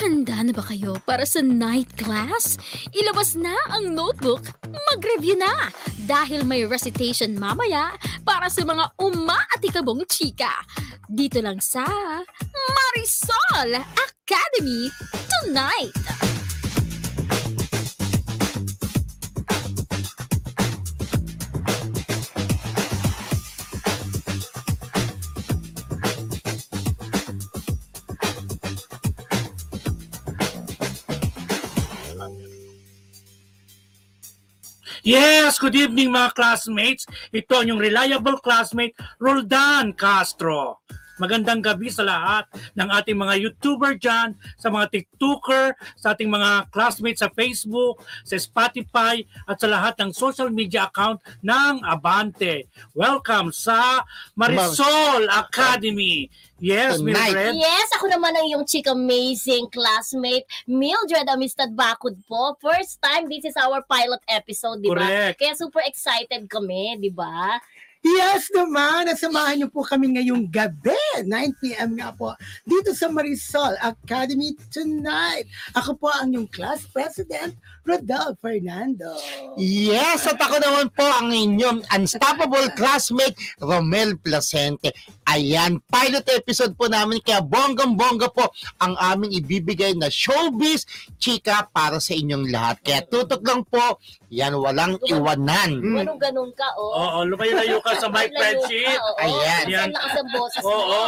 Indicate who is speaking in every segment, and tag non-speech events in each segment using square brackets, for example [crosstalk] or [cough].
Speaker 1: Handa na ba kayo para sa night class? Ilabas na ang notebook, mag-review na! Dahil may recitation mamaya para sa mga umaatikabong chika. Dito lang sa Marisol Academy tonight!
Speaker 2: Yes, good evening mga classmates. Ito ang yung reliable classmate, Roldan Castro. Magandang gabi sa lahat ng ating mga YouTuber dyan, sa mga TikToker, sa ating mga classmates sa Facebook, sa Spotify, at sa lahat ng social media account ng Abante. Welcome sa Marisol Academy. Yes, Miss
Speaker 3: Tonight.
Speaker 2: Red.
Speaker 4: Yes, ako naman ang iyong chick amazing classmate, Mildred Amistad Bakod po. First time, this is our pilot episode, di ba?
Speaker 2: Correct.
Speaker 4: Kaya super excited kami, di ba?
Speaker 3: Yes naman, at samahan niyo po kami ngayong gabi, 9pm nga po, dito sa Marisol Academy tonight. Ako po ang yung class president, Rodolph Fernando.
Speaker 5: Yes, at ako naman po ang inyong unstoppable classmate, Romel Placente. Ayan, pilot episode po namin, kaya bonggang-bongga po ang aming ibibigay na showbiz chika para sa inyong lahat. Kaya tutok lang po, yan walang iwanan.
Speaker 4: Anong ganun ka, oh.
Speaker 2: Oo, lumayo-layo ka Hmm. sa
Speaker 4: [laughs]
Speaker 2: mic, friendship.
Speaker 4: Oo,
Speaker 5: Ayan.
Speaker 4: Ang lakas ng boses mo.
Speaker 2: Oo,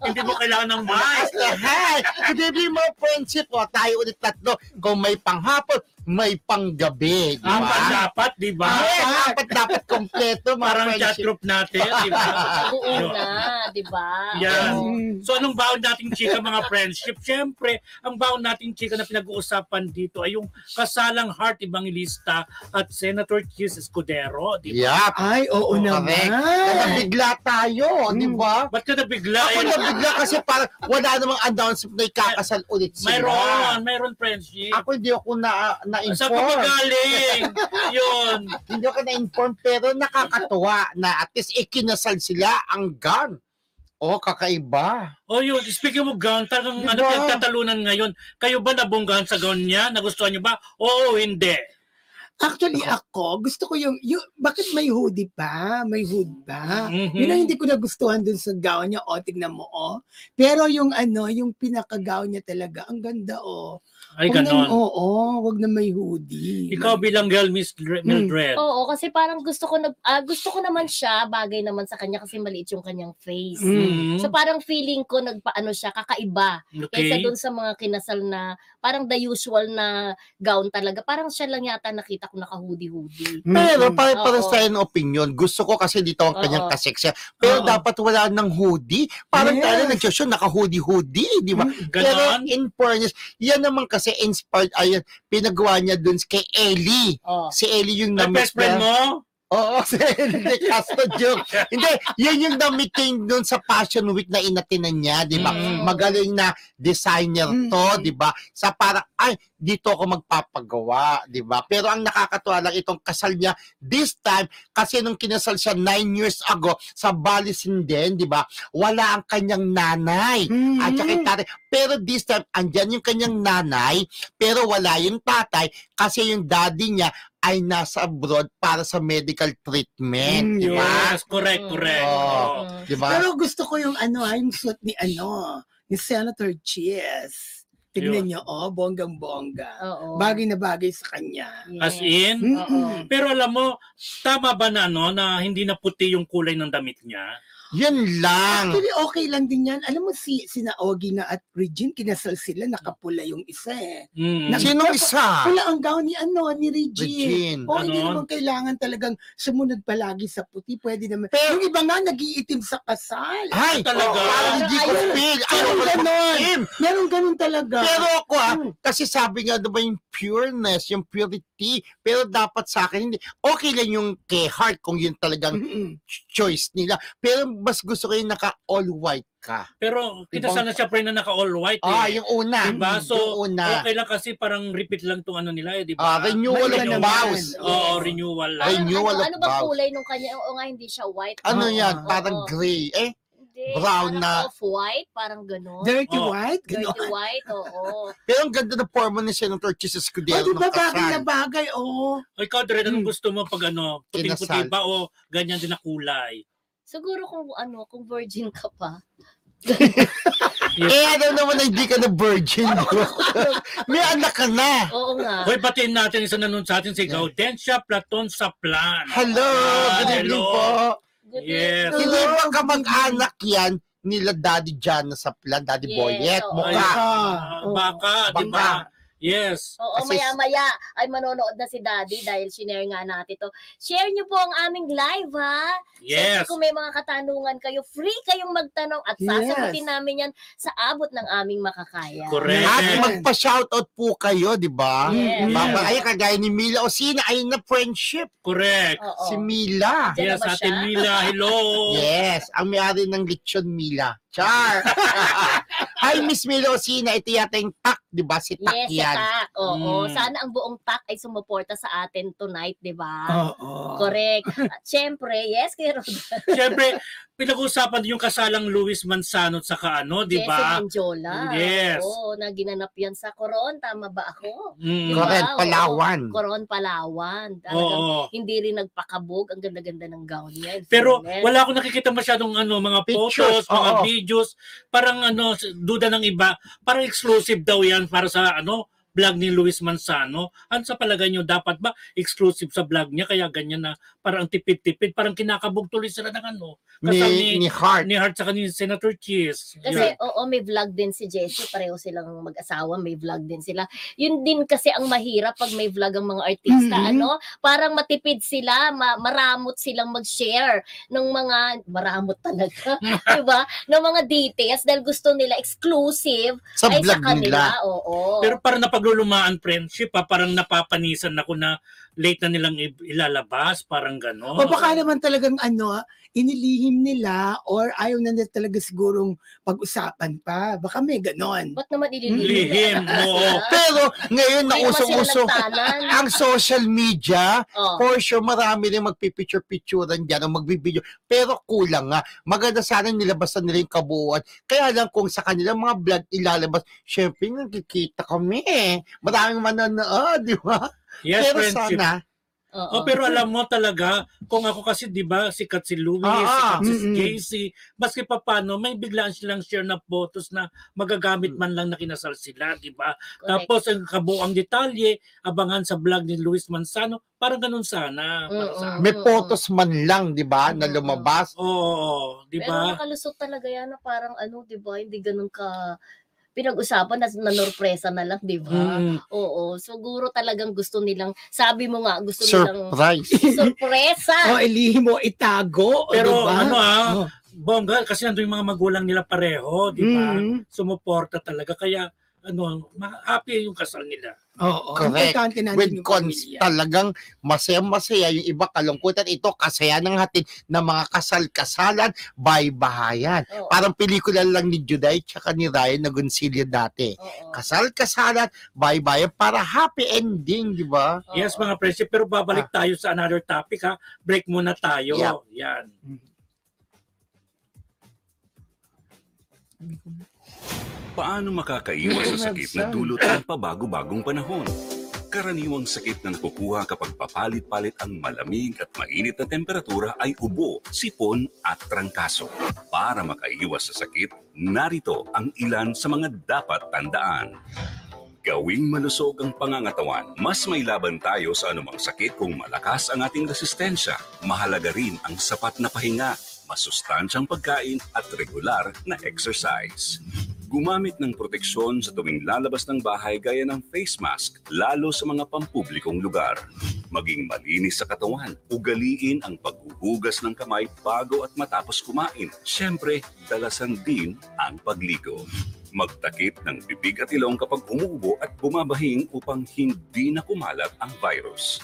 Speaker 2: hindi mo kailangan ng mic.
Speaker 5: Hi! Good evening mga friendship. O, tayo ulit tatlo. Kung may panghapon, may panggabi. Di
Speaker 2: Apat
Speaker 5: ba?
Speaker 2: dapat, di ba?
Speaker 5: Yes, Diba? apat dapat kompleto mga
Speaker 2: Parang chat
Speaker 5: friendship.
Speaker 2: group natin, diba? di
Speaker 5: [laughs]
Speaker 2: ba?
Speaker 4: Buo
Speaker 2: Yun.
Speaker 4: na, di ba?
Speaker 2: Yan.
Speaker 4: Oo.
Speaker 2: So anong baon nating chika mga friendship? Siyempre, ang baon nating chika na pinag-uusapan dito ay yung kasalang Heart Evangelista at Senator Chis Escudero, diba? di ba?
Speaker 5: Yeah,
Speaker 3: Ay,
Speaker 2: Oh,
Speaker 3: oo naman.
Speaker 5: correct. Kaya bigla tayo, di ba?
Speaker 2: Ba't ka nabigla?
Speaker 5: Ako
Speaker 2: Eh,
Speaker 5: nabigla kasi parang wala namang announcement na ikakasal ulit sila.
Speaker 2: Mayroon, mayroon friendship.
Speaker 5: Ako hindi ako na,
Speaker 2: Saan ka ba
Speaker 5: na-inform. [laughs]
Speaker 2: galing? Yun.
Speaker 5: Hindi ako na-inform pero nakakatuwa na at least ikinasal sila ang gun. Oh, kakaiba.
Speaker 2: O Oh, yun, speaking of gown, talagang
Speaker 5: Di
Speaker 2: ano,
Speaker 5: ba?
Speaker 2: pinagtatalunan ngayon. Kayo ba nabunggahan sa gown niya? Nagustuhan niyo ba? Oo, hindi.
Speaker 3: Actually, ako, gusto ko yung, yung, bakit may hoodie pa? May hood
Speaker 5: Ah,
Speaker 3: pa?
Speaker 2: Mhm.
Speaker 3: Yun ang hindi ko nagustuhan dun sa gown niya. O, tignan mo, o. Pero yung ano, yung pinaka-gown niya talaga, ang ganda, o.
Speaker 2: Ay,
Speaker 3: Huwag na-
Speaker 2: ganon.
Speaker 3: Oo, wag na may hoodie.
Speaker 4: Hmm.
Speaker 2: Ikaw bilang girl, Miss Dre-
Speaker 5: Hmm.
Speaker 2: Mildred.
Speaker 4: Oo, kasi parang gusto ko na, ah, gusto ko naman siya, bagay naman sa kanya kasi maliit yung kanyang face.
Speaker 2: Mhm.
Speaker 4: So parang feeling ko nagpaano siya, kakaiba. Kaysa
Speaker 2: Okay.
Speaker 4: dun sa mga kinasal na parang the usual na gown talaga. Parang siya lang yata nakita ko naka-hoodie-hoodie.
Speaker 5: Pero pare para
Speaker 4: Oo.
Speaker 5: sa ng opinion, gusto ko kasi dito ang kanyang
Speaker 4: Oo.
Speaker 5: kaseksya. Pero
Speaker 2: Oo.
Speaker 5: dapat wala ng hoodie. Parang
Speaker 3: Yes.
Speaker 5: tayo nagsosyo, naka-hoodie-hoodie, di ba? Pero
Speaker 2: Mm. Ganon.
Speaker 5: in fairness, yan naman kasi inspired, ayun, pinagawa niya dun kay Ellie.
Speaker 4: Oh.
Speaker 5: Si Ellie yung
Speaker 2: Ang
Speaker 5: na-miss
Speaker 2: best friend
Speaker 5: na.
Speaker 2: mo?
Speaker 5: Oo, [laughs] si Ellie de Castro joke. Hindi, yan yung damit niya yung dun sa Fashion Week na inatinan niya, di ba?
Speaker 2: Mm.
Speaker 5: Magaling na designer to,
Speaker 3: Mm.
Speaker 5: di ba? Sa parang, ay, dito ako magpapagawa, di ba? Pero ang nakakatuwa lang itong kasal niya this time, kasi nung kinasal siya nine years ago sa Bali Sinden, di ba? Wala ang kanyang nanay
Speaker 3: Mm-hmm.
Speaker 5: at saka
Speaker 3: Mm.
Speaker 5: yung tatay. Pero this time, andyan yung kanyang nanay, pero wala yung tatay kasi yung daddy niya ay nasa abroad para sa medical treatment.
Speaker 3: Mm,
Speaker 5: di ba?
Speaker 2: Yes, correct,
Speaker 4: Mm.
Speaker 2: correct. Oh.
Speaker 5: Oo.
Speaker 2: Oo.
Speaker 4: Mm.
Speaker 5: Di ba?
Speaker 3: Pero gusto ko yung ano, ah, yung suit ni ano, ni Senator Chies. Tignan niyo, oh, bonggang-bongga.
Speaker 4: Oo.
Speaker 3: Bagay na bagay sa kanya.
Speaker 4: Yes.
Speaker 2: As
Speaker 5: Hmm.
Speaker 2: in?
Speaker 3: Mm.
Speaker 4: Oo.
Speaker 2: Pero alam mo, tama ba na ano, na hindi na puti yung kulay ng damit niya?
Speaker 5: Yun lang.
Speaker 3: Actually, okay lang din yan. Alam mo, si sina Ogie na at Regine, kinasal sila, nakapula yung isa eh.
Speaker 2: Mm.
Speaker 3: Nako.
Speaker 5: Sinong isa?
Speaker 3: Pula ang gown ni ano, ni Regine.
Speaker 5: Ah. Regine.
Speaker 3: Oh, hindi
Speaker 2: Ganon.
Speaker 3: naman kailangan talagang sumunod palagi sa puti. Pwede naman.
Speaker 5: Pero- Ah.
Speaker 3: yung iba nga, nag-iitim sa kasal.
Speaker 5: Ay,
Speaker 2: Talaga?
Speaker 5: Parang hindi ko
Speaker 3: Ayun.
Speaker 5: feel. Ayaw
Speaker 3: Ayun,
Speaker 5: ko
Speaker 3: ganon.
Speaker 5: mag-team.
Speaker 3: Meron ganun talaga.
Speaker 5: Pero ako ha,
Speaker 3: Mm.
Speaker 5: kasi sabi nga diba yung pureness, yung purity, pero dapat sa akin hindi. Okay lang yung kay heart kung yun talagang
Speaker 3: Mm-mm.
Speaker 5: choice nila. Pero mas gusto ko yung naka all white ka.
Speaker 2: Pero kita sana siya friend na naka all white. Eh.
Speaker 5: Diba? Ah, yung una.
Speaker 2: Diba? So,
Speaker 5: yung una.
Speaker 2: Okay lang kasi parang repeat lang tong ano nila eh, di
Speaker 5: Ah,
Speaker 2: ba?
Speaker 5: renewal
Speaker 3: Balikan
Speaker 5: of
Speaker 3: naman.
Speaker 5: vows.
Speaker 2: Oo, renewal lang.
Speaker 5: Ay,
Speaker 4: Parang
Speaker 5: new
Speaker 4: ano,
Speaker 5: wall of
Speaker 4: ano bang
Speaker 5: bounce.
Speaker 4: kulay nung kanya? Oo nga, hindi siya white.
Speaker 5: Ano
Speaker 3: Oo.
Speaker 5: yan? Parang
Speaker 4: Oo.
Speaker 5: gray. Eh,
Speaker 4: Hindi,
Speaker 5: Brown
Speaker 4: parang
Speaker 5: na-
Speaker 4: Off-white, parang gano'n.
Speaker 3: Dirty
Speaker 2: Oh.
Speaker 3: white? Ganon.
Speaker 4: Dirty white, oo.
Speaker 5: Pero ang ganda ng forma ni Senator Chis
Speaker 3: O,
Speaker 5: Escudero.
Speaker 3: di ba
Speaker 5: ng
Speaker 3: bagay
Speaker 5: kasal.
Speaker 3: na bagay? Oo.
Speaker 2: O ikaw, Dred, anong
Speaker 3: Hmm.
Speaker 2: gusto mo pag ano, puting-puti
Speaker 5: Kinasal.
Speaker 2: ba o ganyan din na kulay?
Speaker 4: Siguro kung ano, kung virgin ka pa.
Speaker 5: Eh, alam naman na hindi ka na virgin. [laughs] May anak ka na.
Speaker 4: Oo nga.
Speaker 2: Hoy, batiin natin isa na nun sa atin si Gaudencia Platon Saplan.
Speaker 5: Hello, good
Speaker 2: Ah,
Speaker 5: evening
Speaker 2: hello.
Speaker 5: po.
Speaker 4: Good
Speaker 2: Yes.
Speaker 4: evening.
Speaker 5: Hindi ba kamag-anak yan nila Daddy Jan na sa plan, Daddy
Speaker 4: Yes,
Speaker 5: Boyet?
Speaker 4: oo.
Speaker 2: Ay,
Speaker 5: Mukha.
Speaker 2: ah, baka, di ba?
Speaker 5: Baka.
Speaker 2: Yes.
Speaker 4: Oo,
Speaker 5: Kasi-
Speaker 4: maya-maya ay manonood na si Daddy dahil shinare nga natin to. Share niyo po ang aming live, ha?
Speaker 2: Yes.
Speaker 4: Siyempre, Kung may mga katanungan kayo, free kayong magtanong at sasagutin
Speaker 3: Yes.
Speaker 4: namin yan sa abot ng aming makakaya.
Speaker 2: Correct.
Speaker 5: At
Speaker 2: Yes.
Speaker 5: magpa-shoutout po kayo, di ba?
Speaker 4: Yes.
Speaker 5: Baba, ay, kagaya ni Mila Osina, ayun na friendship.
Speaker 2: Correct.
Speaker 4: Oo.
Speaker 5: Si Mila.
Speaker 4: Diyan na
Speaker 2: Yes,
Speaker 4: ba
Speaker 2: Ate
Speaker 4: siya?
Speaker 2: Mila, hello.
Speaker 5: Yes, ang may-ari ng lechon Mila. Char! [laughs] Hi, Miss Mila Osina. Ito yata yung tak, di ba? Si tak
Speaker 4: Yes, si
Speaker 5: yan.
Speaker 4: Tak. Oo,
Speaker 2: Mm.
Speaker 4: sana ang buong Tak ay sumuporta sa atin tonight, di ba?
Speaker 3: Oo.
Speaker 4: Correct. At Siyempre, yes, kay Rod.
Speaker 2: Siyempre, pinag-usapan din yung kasalang Luis Manzano at saka ano, [laughs] di ba?
Speaker 4: Mendiola.
Speaker 2: Yes.
Speaker 4: Oo, na ginanap yan sa Coron. Tama ba ako?
Speaker 2: Mm.
Speaker 4: Correct.
Speaker 5: Correct,
Speaker 4: Wow.
Speaker 5: Palawan.
Speaker 4: Coron Palawan. Talagang
Speaker 2: Oo.
Speaker 4: hindi rin nagpakabog. Ang ganda-ganda ng gown niya. in
Speaker 2: Pero
Speaker 4: fairness.
Speaker 2: wala akong nakikita masyadong ano, mga
Speaker 5: Pictures,
Speaker 2: photos, mga
Speaker 5: oo.
Speaker 2: videos. Parang ano, duda ng iba, parang exclusive daw yan para sa ano, vlog ni Luis Manzano. Ano sa palagay nyo, dapat ba exclusive sa vlog niya? Kaya ganyan na, parang ang tipid-tipid, parang kinakabog tuloy sila ng ano.
Speaker 5: Ni,
Speaker 2: Kasal
Speaker 5: ni Hart.
Speaker 2: ni Hart sa ni Senator Cheese.
Speaker 4: Kasi oo, may vlog din si Jessie, pareho silang mag-asawa, may vlog din sila. Yun din kasi ang mahirap pag may vlog ang mga artista,
Speaker 2: Mm-hmm.
Speaker 3: Mhm.
Speaker 4: ano? Parang matipid sila, ma- maramot silang mag-share ng mga, maramot
Speaker 2: [laughs]
Speaker 4: talaga, di ba? Ng mga details dahil gusto nila exclusive
Speaker 5: Sa
Speaker 4: ay sa
Speaker 5: vlog nila.
Speaker 4: kanila, oo.
Speaker 2: Pero parang napaglulumaan friendship, ah, parang napapanisan ako na late na nilang i- ilalabas, parang gano'n.
Speaker 3: O baka naman talagang ano, inilihim nila or ayaw na nila talaga sigurong pag-usapan pa. Baka may ganon.
Speaker 4: Ba't naman ililihim?
Speaker 2: Lihim, oo.
Speaker 5: Pero ngayon,
Speaker 4: Hindi naman sila
Speaker 5: nausong-usong
Speaker 2: [laughs]
Speaker 4: nagtanan. Oh,
Speaker 5: ang social media,
Speaker 4: Oo.
Speaker 5: for sure, marami rin magpipicture-picturean dyan o magbibideo. Pero kulang nga. Maganda sana nilabasan nila yung kabuuan. Kaya lang kung sa kanilang mga vlog ilalabas, syempre nagkikita kami eh. Maraming manonood, di ba?
Speaker 2: Yes,
Speaker 5: Pero
Speaker 2: friendship.
Speaker 5: sana,
Speaker 4: Oo.
Speaker 2: Oh, pero alam mo talaga, kung ako kasi 'di ba, sikat si Louis,
Speaker 5: Ah,
Speaker 2: sikat si
Speaker 3: mm-mm.
Speaker 2: Casey, maski pa paano, may biglaan silang share na photos na magagamit man lang na kinasal sila, 'di ba?
Speaker 4: Correct.
Speaker 2: Tapos ang kabuang detalye, abangan sa vlog ni Luis Manzano, parang ganun sana. Para sa
Speaker 4: Mm-mm.
Speaker 5: may photos man lang, di ba, na
Speaker 4: Mm-mm.
Speaker 5: lumabas.
Speaker 2: Oo, oo, 'di
Speaker 4: Pero
Speaker 2: ba?
Speaker 4: nakalusot talaga yan na parang ano, di ba, hindi ganun ka pinag-usapan na nanorpresa na lang, di ba?
Speaker 2: Mm.
Speaker 4: Oo, siguro talagang gusto nilang, sabi mo nga, gusto nilang
Speaker 5: Surprise.
Speaker 3: O
Speaker 5: [laughs]
Speaker 4: sorpresa.
Speaker 3: ilihim o itago. o,
Speaker 2: Pero
Speaker 3: diba?
Speaker 2: ano ah,
Speaker 3: Oh.
Speaker 2: bongga kasi nandun yung mga magulang nila pareho, 'di ba?
Speaker 3: Mm.
Speaker 2: Sumuporta talaga kaya ano, ma- happy yung kasal nila.
Speaker 3: Oo.
Speaker 5: Correct.
Speaker 3: Importante natin
Speaker 5: with
Speaker 3: yung
Speaker 5: cons
Speaker 3: pamilya.
Speaker 5: talagang masaya-masaya yung iba kalungkutan ito kasaya ng hatid ng mga kasal-kasalan bahay-bahayan
Speaker 4: Oo,
Speaker 5: parang pelikula lang ni Juday tsaka ni Ryan na Goncillo dati
Speaker 4: oo,
Speaker 5: kasal-kasalan bahay-bayan para happy ending di ba
Speaker 4: oo.
Speaker 2: Yes, mga friendship. Pero babalik tayo sa another topic ha. Break muna tayo.
Speaker 5: Yeah.
Speaker 2: Yan.
Speaker 6: Paano makakaiwas sa sakit na dulot ng pabago-bagong panahon? Karaniwang sakit na nakukuha kapag papalit-palit ang malamig at mainit na temperatura ay ubo, sipon at trangkaso. Para makaiwas sa sakit, narito ang ilan sa mga dapat tandaan. Gawing malusog ang pangangatawan. Mas may laban tayo sa anumang sakit kung malakas ang ating resistensya. Mahalaga rin ang sapat na pahinga, masustansyang pagkain at regular na exercise. Gumamit ng proteksyon sa tuwing lalabas ng bahay gaya ng face mask, lalo sa mga pampublikong lugar. Maging malinis sa katawan, ugaliin ang paghuhugas ng kamay bago at matapos kumain. Siyempre, dalasan din ang pagligo. Magtakip ng bibig at ilong kapag umuubo at bumabahing upang hindi na kumalat ang virus.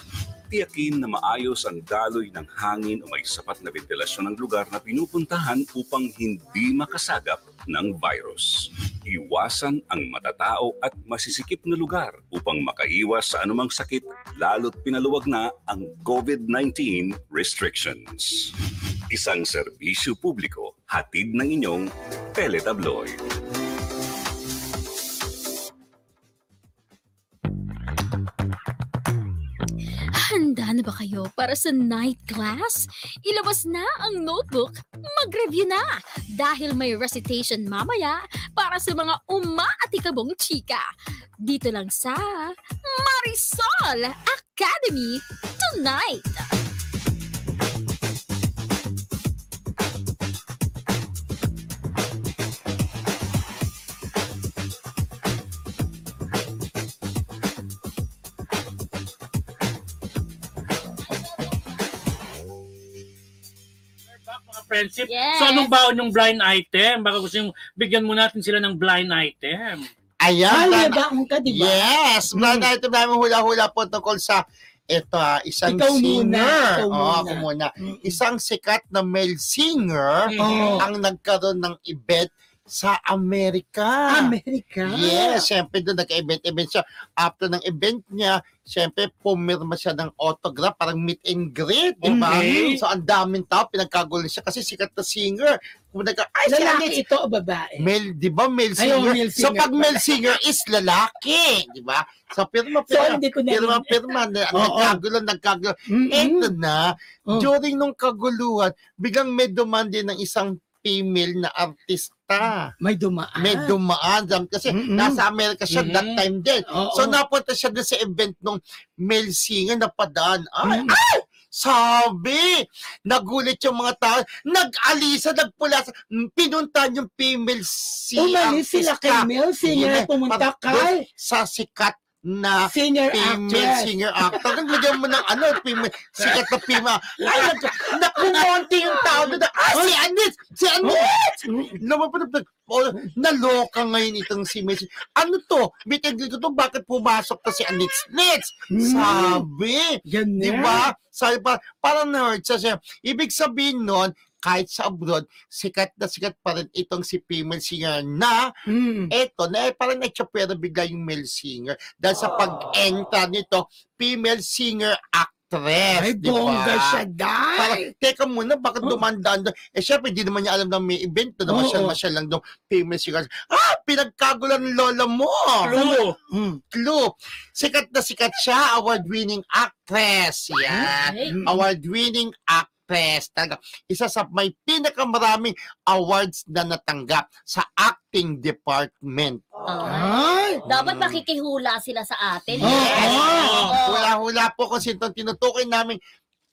Speaker 6: Tiyakin na maayos ang daloy ng hangin o may sapat na ventilasyon ng lugar na pinupuntahan upang hindi makasagap ng virus. Iwasan ang matatao at masisikip na lugar upang makaiwas sa anumang sakit lalo't pinaluwag na ang COVID-19 restrictions. Isang serbisyo publiko hatid ng inyong teletabloid.
Speaker 1: Handa na ba kayo para sa night class? Ilabas na ang notebook, mag-review na! Dahil may recitation mamaya para sa mga umaatikabong chika. Dito lang sa Marisol Academy tonight!
Speaker 2: Back, mga friendship.
Speaker 4: Yes.
Speaker 2: So anong baon yung blind item? Baka gusto yung bigyan mo natin sila ng blind item.
Speaker 5: Ayan.
Speaker 3: Kaya
Speaker 5: tama.
Speaker 3: ba ang ka, di ba? Mm.
Speaker 5: Yes! Blind item namin hula-hula po tungkol sa ito, ah, isang
Speaker 3: Ikaw muna,
Speaker 5: singer. Oo,
Speaker 3: ikaw muna.
Speaker 5: ako muna.
Speaker 3: Mm.
Speaker 5: Isang sikat na male singer
Speaker 3: Oo.
Speaker 5: ang nagkaroon ng event sa Amerika.
Speaker 3: Amerika.
Speaker 5: Yes, syempre doon nagka-event-event siya. After ng event niya, syempre pumirma siya ng autograph, parang meet and greet, di ba?
Speaker 2: Okay.
Speaker 5: So ang daming tao, pinagkagulan siya kasi sikat na singer. Kung nagka, ay, si Alex,
Speaker 3: Lalaki ito o babae?
Speaker 5: Male, di ba male
Speaker 3: Ay,
Speaker 5: singer?
Speaker 3: oh, male
Speaker 5: so
Speaker 3: singer
Speaker 5: pag
Speaker 3: pala.
Speaker 5: male singer is lalaki, di ba? So pirma
Speaker 3: So,
Speaker 5: pirma,
Speaker 3: hindi ko na...
Speaker 5: pirma pirma, na-
Speaker 3: Oo.
Speaker 5: nagkagulo, nagkagulo.
Speaker 3: Mm-mm.
Speaker 5: Eto na,
Speaker 3: Oh.
Speaker 5: during nung kaguluhan, biglang may dumandi ng isang female na artista.
Speaker 3: May dumaan.
Speaker 5: May dumaan dyan kasi
Speaker 3: Mm-mm.
Speaker 5: nasa Amerika siya that
Speaker 2: Mm-mm.
Speaker 5: time
Speaker 3: Mm-hmm.
Speaker 5: din.
Speaker 3: Oo.
Speaker 5: So napunta siya doon sa event nung male singer na padaan. Ay,
Speaker 3: Mm.
Speaker 5: ay! Sabi! Nagulit yung mga tao. Nag-alisa, nagpula. Pinuntahan yung female si
Speaker 3: Umalis sila kay
Speaker 5: artista.
Speaker 3: Mel Singer,
Speaker 5: Yun eh,
Speaker 3: pumunta
Speaker 5: pag-
Speaker 3: kay
Speaker 5: Sa sikat na
Speaker 3: Singer
Speaker 5: female
Speaker 3: Actress.
Speaker 5: singer actor. Nagbigyan mo ng ano, female, sikat na female. Ay, nag,
Speaker 3: [laughs]
Speaker 5: nakumonti yung tao doon. Ah, si Anis! Si Anis! Lumapad na, oh, naloka ngayon itong si Messi. Ano to? Bitag dito to, bakit pumasok to si Anis? Nits! Sabi!
Speaker 3: Hmm, Yan na.
Speaker 5: Di ba? Sabi pa, parang na-hurt siya siya. Ibig sabihin nun, kahit sa abroad, sikat na sikat pa rin itong si female singer na
Speaker 3: Mm.
Speaker 5: eto, na eh, parang nagtsapwera bigla yung male singer. Dahil
Speaker 3: Ah.
Speaker 5: sa pag-enter nito, female singer actress.
Speaker 3: Ay,
Speaker 5: di ba?
Speaker 3: bongga siya, dai.
Speaker 5: diba? Parang, teka muna, bakit
Speaker 3: Oh.
Speaker 5: dumandaan doon? Eh, syempre, di naman niya alam na may event na
Speaker 3: Oo.
Speaker 5: masyal-masyal lang doon. Female singer. Ah, pinagkagulan ng lola mo!
Speaker 2: True.
Speaker 5: Mm, clue. Sikat na sikat siya, award-winning actress. Yan
Speaker 3: Mm-hmm.
Speaker 5: award-winning actress. Talaga, isa sa may pinakamaraming awards na natanggap sa acting department.
Speaker 3: Ay!
Speaker 4: oh. Dapat makikihula sila sa atin.
Speaker 2: Ah,
Speaker 5: Yes!
Speaker 3: Oo.
Speaker 5: Hula-hula po kung sino ang tinutukoy namin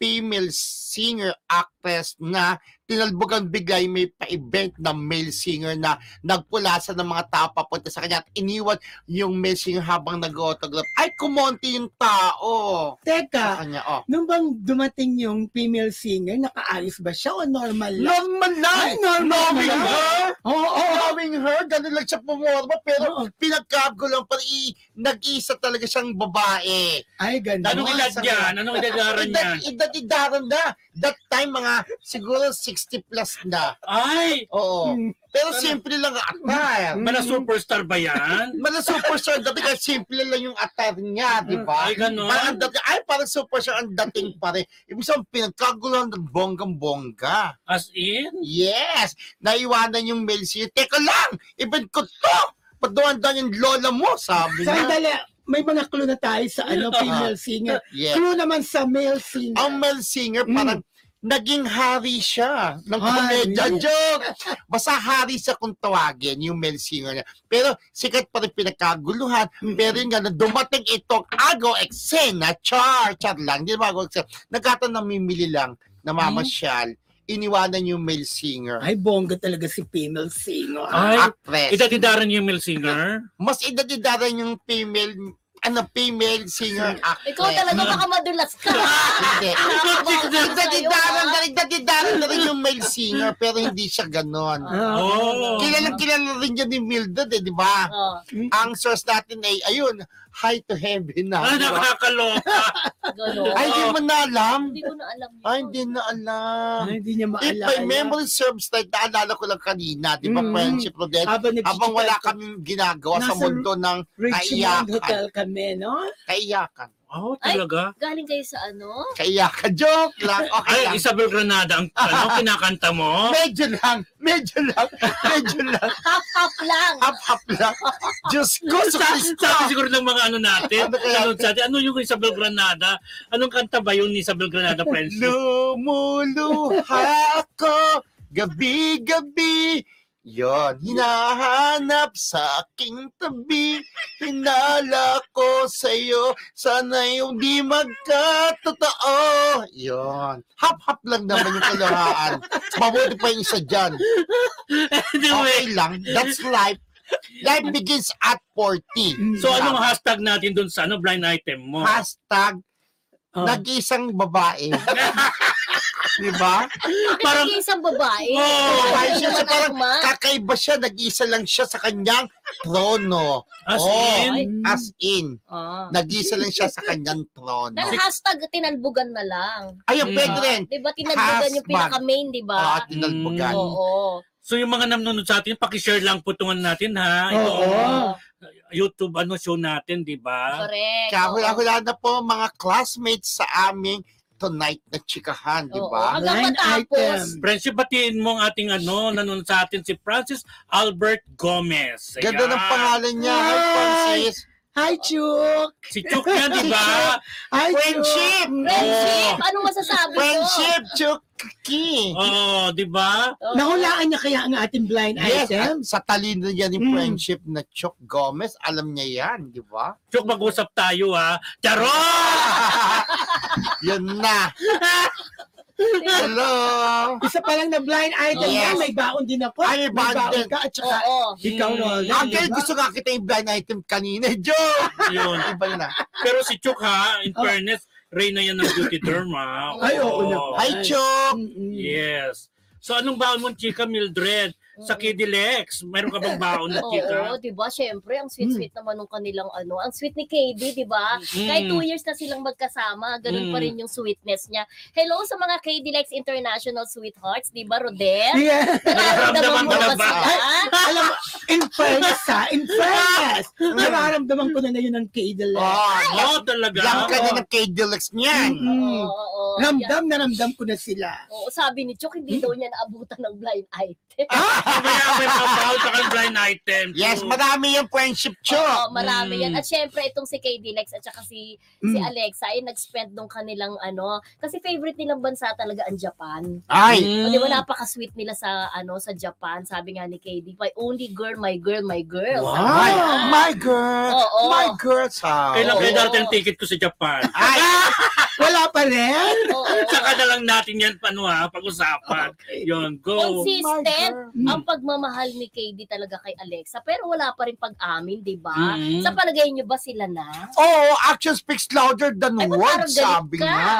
Speaker 5: female singer actress na tinalbogan bigay may pa-event na male singer na nagpulasan ng mga tao papunta sa kanya at iniwan yung male singer habang nag-autograph. Ay, kumonti yung tao
Speaker 3: Teka,
Speaker 5: sa kanya. Oh.
Speaker 3: Nung bang dumating yung female singer, nakaalis ba siya o normal lang?
Speaker 5: Normal lang!
Speaker 3: Ay, normal
Speaker 5: Knowing
Speaker 3: lang.
Speaker 5: her!
Speaker 3: Oo, oo.
Speaker 5: Knowing her, ganun lang siya pumorma, pero
Speaker 3: Oo.
Speaker 5: pinagkabgo lang pa, i- nag-isa talaga siyang babae.
Speaker 3: Ay, ganda.
Speaker 2: Anong
Speaker 5: Ano
Speaker 2: edad
Speaker 5: sa-
Speaker 2: yan? Anong edadaran
Speaker 5: [laughs]
Speaker 2: yan?
Speaker 5: Edad- Edad-edaran na. That time, mga siguro 60 plus na.
Speaker 2: Ay!
Speaker 5: Oo.
Speaker 3: Mm.
Speaker 5: Pero simple lang ang attire.
Speaker 2: Mala superstar ba yan?
Speaker 5: Mala superstar, dati ka simple lang yung attire niya, di ba?
Speaker 2: Ay, ganun.
Speaker 5: Parang dati, ay, parang superstar ang dating pa rin. Ibig sabihin, pinagkagulan ng bonggang-bongga.
Speaker 2: As in?
Speaker 5: Yes! Naiwanan yung mail siya. Teka lang! Event ko to! Paduan-dan yung lola mo, sabi niya.
Speaker 3: Sandali, may mga clue na tayo sa ano, female singer.
Speaker 5: ah? Yes. Um,
Speaker 3: Clue naman sa male singer.
Speaker 5: Ang male singer,
Speaker 3: Mm.
Speaker 5: parang naging hari siya ng
Speaker 3: Hari.
Speaker 5: komedya. Joke! Basta hari siya kung tawagin yung male singer niya. Pero sikat pa rin pinagkaguluhan. Pero yun nga, na dumating itong Ago Eksena, char, char lang. Hindi naman Ago Eksena. Nagkataon namimili lang, namamasyal. Iniwanan yung male singer.
Speaker 3: Ay, bongga talaga si female singer.
Speaker 5: Ah.
Speaker 2: Ay,
Speaker 5: Actress.
Speaker 2: edadidaran yung male singer?
Speaker 5: mas idadidaran yung female ano female singer actress.
Speaker 4: Ikaw talaga baka madulas
Speaker 5: [laughs]
Speaker 4: ka.
Speaker 5: Hindi.
Speaker 4: Nakakabawas na sa'yo, ah.
Speaker 5: Idadidaran
Speaker 4: ha?
Speaker 5: na rin, idadidaran na rin yung male singer pero hindi siya ganon.
Speaker 3: Ah,
Speaker 2: Oh.
Speaker 5: Kilala kilala rin yan ni Mildred eh, di ba?
Speaker 4: Oh,
Speaker 5: Ang source natin ay, ayun, high to heaven na.
Speaker 2: Ah,
Speaker 5: di ba?
Speaker 2: nakakaloka.
Speaker 4: gano'n.
Speaker 5: Ay, hindi mo na alam.
Speaker 4: Hindi ko na alam yun.
Speaker 5: Ay, hindi na alam.
Speaker 3: Ay, hindi niya
Speaker 5: If
Speaker 3: maalala.
Speaker 5: my memory serves right, naalala ko lang kanina, di ba,
Speaker 3: Mm.
Speaker 5: friendship, Rodel?
Speaker 3: Habang,
Speaker 5: Habang
Speaker 3: nagchichikahan
Speaker 5: wala
Speaker 3: ko,
Speaker 5: kaming ginagawa sa
Speaker 3: Nasa-
Speaker 5: mundo ng
Speaker 3: Richmond
Speaker 5: kaiyakan.
Speaker 3: Hotel kami, no?
Speaker 5: kaiyakan.
Speaker 2: Oh,
Speaker 4: Ay,
Speaker 2: talaga?
Speaker 4: Galing kayo sa ano?
Speaker 5: Kaya ka, joke lang. Okay
Speaker 2: Ay,
Speaker 5: lang.
Speaker 2: Isabel Granada ang ano, kinakanta mo.
Speaker 5: Medyo lang. Medyo lang. Medyo lang.
Speaker 4: Half-half lang.
Speaker 5: Up-up lang. Diyos ko, sa
Speaker 2: Sabi, sabi
Speaker 5: Kristo.
Speaker 2: siguro ng mga ano natin,
Speaker 5: Ah! Ano kaya?
Speaker 2: ano, sa atin, ano yung Isabel Granada? Anong kanta ba yun ni Isabel Granada, friends?
Speaker 5: Lumuluha ako gabi-gabi. Yon, hinahanap sa aking tabi. Hinala ko sa'yo, sana yung di magkatotoo. Yon, hap-hap lang naman yung kaluhaan. [laughs] Mabuti pa yung isa dyan.
Speaker 2: [laughs] anyway,
Speaker 5: Okay lang, that's life. Life begins at 40.
Speaker 2: so anong hashtag natin dun sa ano, blind item mo?
Speaker 5: Hashtag,
Speaker 2: Oh.
Speaker 3: Ah.
Speaker 5: nag-isang babae. Di ba?
Speaker 2: [laughs] parang- Oh,
Speaker 4: Parang isang babae.
Speaker 2: Oo,
Speaker 4: Ano
Speaker 5: Ay, siya,
Speaker 4: naman
Speaker 5: siya parang
Speaker 4: ako, ma?
Speaker 5: kakaiba siya, nag-isa lang siya sa kanyang trono.
Speaker 2: As
Speaker 5: Oh.
Speaker 2: in,
Speaker 5: As in,
Speaker 4: Ah.
Speaker 5: nag-isa lang siya sa kanyang trono.
Speaker 4: Pero hashtag tinalbugan na lang.
Speaker 5: Ayun,
Speaker 2: Mm.
Speaker 5: pwede
Speaker 3: Ah.
Speaker 5: rin.
Speaker 4: Di ba tinalbugan yung
Speaker 5: Hashtag.
Speaker 4: pinaka-main, di
Speaker 5: Ah,
Speaker 4: ba?
Speaker 5: tinalbugan.
Speaker 4: Mm. Oo.
Speaker 2: so yung mga nanonood sa atin, pakishare lang putungan natin ha. Ito,
Speaker 3: Oo.
Speaker 4: Oo.
Speaker 2: YouTube ano show natin, di ba?
Speaker 4: Correct.
Speaker 5: Kaya
Speaker 4: oo.
Speaker 5: hula-hula na po mga classmates sa aming tonight na chikahan, di
Speaker 4: Oo,
Speaker 5: ba?
Speaker 4: Hanggang
Speaker 3: Line
Speaker 4: matapos.
Speaker 3: item.
Speaker 2: Friends, yung batiin mo ang ating ano, nanonood sa atin si Francis Albert Gomez. Ayan.
Speaker 5: Ganda ng pangalan niya, hi
Speaker 3: Hi.
Speaker 5: Francis.
Speaker 3: Hi, Chuk!
Speaker 2: Si Chuk yan, di
Speaker 5: [laughs]
Speaker 2: ba?
Speaker 3: Hi, Chuk!
Speaker 5: Friendship!
Speaker 4: Friendship!
Speaker 2: Oo.
Speaker 4: Anong masasabi mo?
Speaker 5: Friendship, Chucky!
Speaker 2: Oo, di ba?
Speaker 4: Oo.
Speaker 3: Nahulaan niya kaya ang ating blind
Speaker 5: Yes, at
Speaker 3: item?
Speaker 5: sa talino niya ni
Speaker 3: Mm.
Speaker 5: friendship na Chuck Gomez, alam niya yan, di ba?
Speaker 2: Chuk, mag-usap tayo ha. Charot!
Speaker 5: [laughs] Yun na. Hello.
Speaker 3: Isa pa lang na blind item
Speaker 5: Yes.
Speaker 3: na, may baon din ako.
Speaker 5: Ay, may baon din.
Speaker 3: ka at saka
Speaker 4: Oo.
Speaker 3: ikaw, Roland.
Speaker 5: Uncle,
Speaker 3: di ba?
Speaker 5: gusto nga kita yung blind item kanina. eh. Joe!
Speaker 2: Yun.
Speaker 5: Iba na.
Speaker 4: [laughs]
Speaker 2: Pero si Chuk ha, in fairness, Reyna yan ng beauty term ha.
Speaker 3: Ay, oo naman.
Speaker 5: Hi, Chuck!
Speaker 3: Mm-mm.
Speaker 2: Yes. So anong baon mo, Chika Mildred? Sa Kidilex, meron ka bang baon na
Speaker 4: [laughs] Oo,
Speaker 2: Chika?
Speaker 4: di ba? Siyempre, ang sweet-sweet
Speaker 3: Hmm.
Speaker 4: naman nung kanilang ano. Ang sweet ni KD, di ba?
Speaker 5: Hmm.
Speaker 2: Mm.
Speaker 4: Kahit two years na silang magkasama,
Speaker 2: Mm.
Speaker 4: ganun pa rin yung sweetness niya. Hello sa mga KD Likes International Sweethearts, di ba, Rodel?
Speaker 3: Yeah.
Speaker 4: Nararamdaman mo
Speaker 2: Nararamdaman
Speaker 4: ba
Speaker 2: ka ba?
Speaker 4: sila?
Speaker 3: [laughs] Alam mo, in fairness ha, in
Speaker 5: [laughs]
Speaker 3: fairness, nararamdaman ko na na yun ang kaidal.
Speaker 5: Mm. Oh,
Speaker 2: Oo,
Speaker 5: lang
Speaker 2: talaga.
Speaker 5: ka na ng K-Deluxe niyan.
Speaker 4: Oo,
Speaker 3: Mm.
Speaker 4: oo, oo. Yeah.
Speaker 3: Ramdam Hmm. na ramdam ko na sila.
Speaker 4: Oo, sabi ni Chok, hindi daw niya naabutan ng blind item.
Speaker 2: Kaya may mga baon sa kang blind item. Mm.
Speaker 5: Yes,
Speaker 2: Chuk.
Speaker 5: madami yung friendship, Chuck!
Speaker 4: Oo, marami
Speaker 2: Mm.
Speaker 4: yan. At syempre, itong si KD Lex at saka si, si
Speaker 3: Mm.
Speaker 4: Alexa ay nag-spend nung kanilang ano. Kasi favorite nilang bansa talaga ang Japan.
Speaker 5: Ay!
Speaker 2: Mm.
Speaker 4: O, di ba napaka-sweet nila sa ano sa Japan? Sabi nga ni KD, my only girl, my girl, my girl.
Speaker 3: Wow.
Speaker 4: Sabi
Speaker 5: My,
Speaker 3: [laughs]
Speaker 4: niya.
Speaker 5: my girl!
Speaker 4: Mm-hmm. Oo.
Speaker 5: My girl! Sa...
Speaker 2: Kailan
Speaker 4: Oo.
Speaker 2: kayo darating ang ticket ko sa Japan?
Speaker 5: Ay!
Speaker 3: Wala pa rin?
Speaker 4: Oo.
Speaker 2: Saka na lang natin yan pano ha, pag-usapan. Yon, go.
Speaker 4: Consistent
Speaker 3: Mm.
Speaker 4: ang pagmamahal ni KD talaga kay Alexa. Pero wala pa rin pag-amin, di ba?
Speaker 2: Mm.
Speaker 4: Sa palagay niyo ba sila na?
Speaker 5: Oo, action speaks louder than
Speaker 4: Ay, ba't
Speaker 5: words,
Speaker 4: parang galit
Speaker 5: sabi
Speaker 4: ka?
Speaker 5: niya.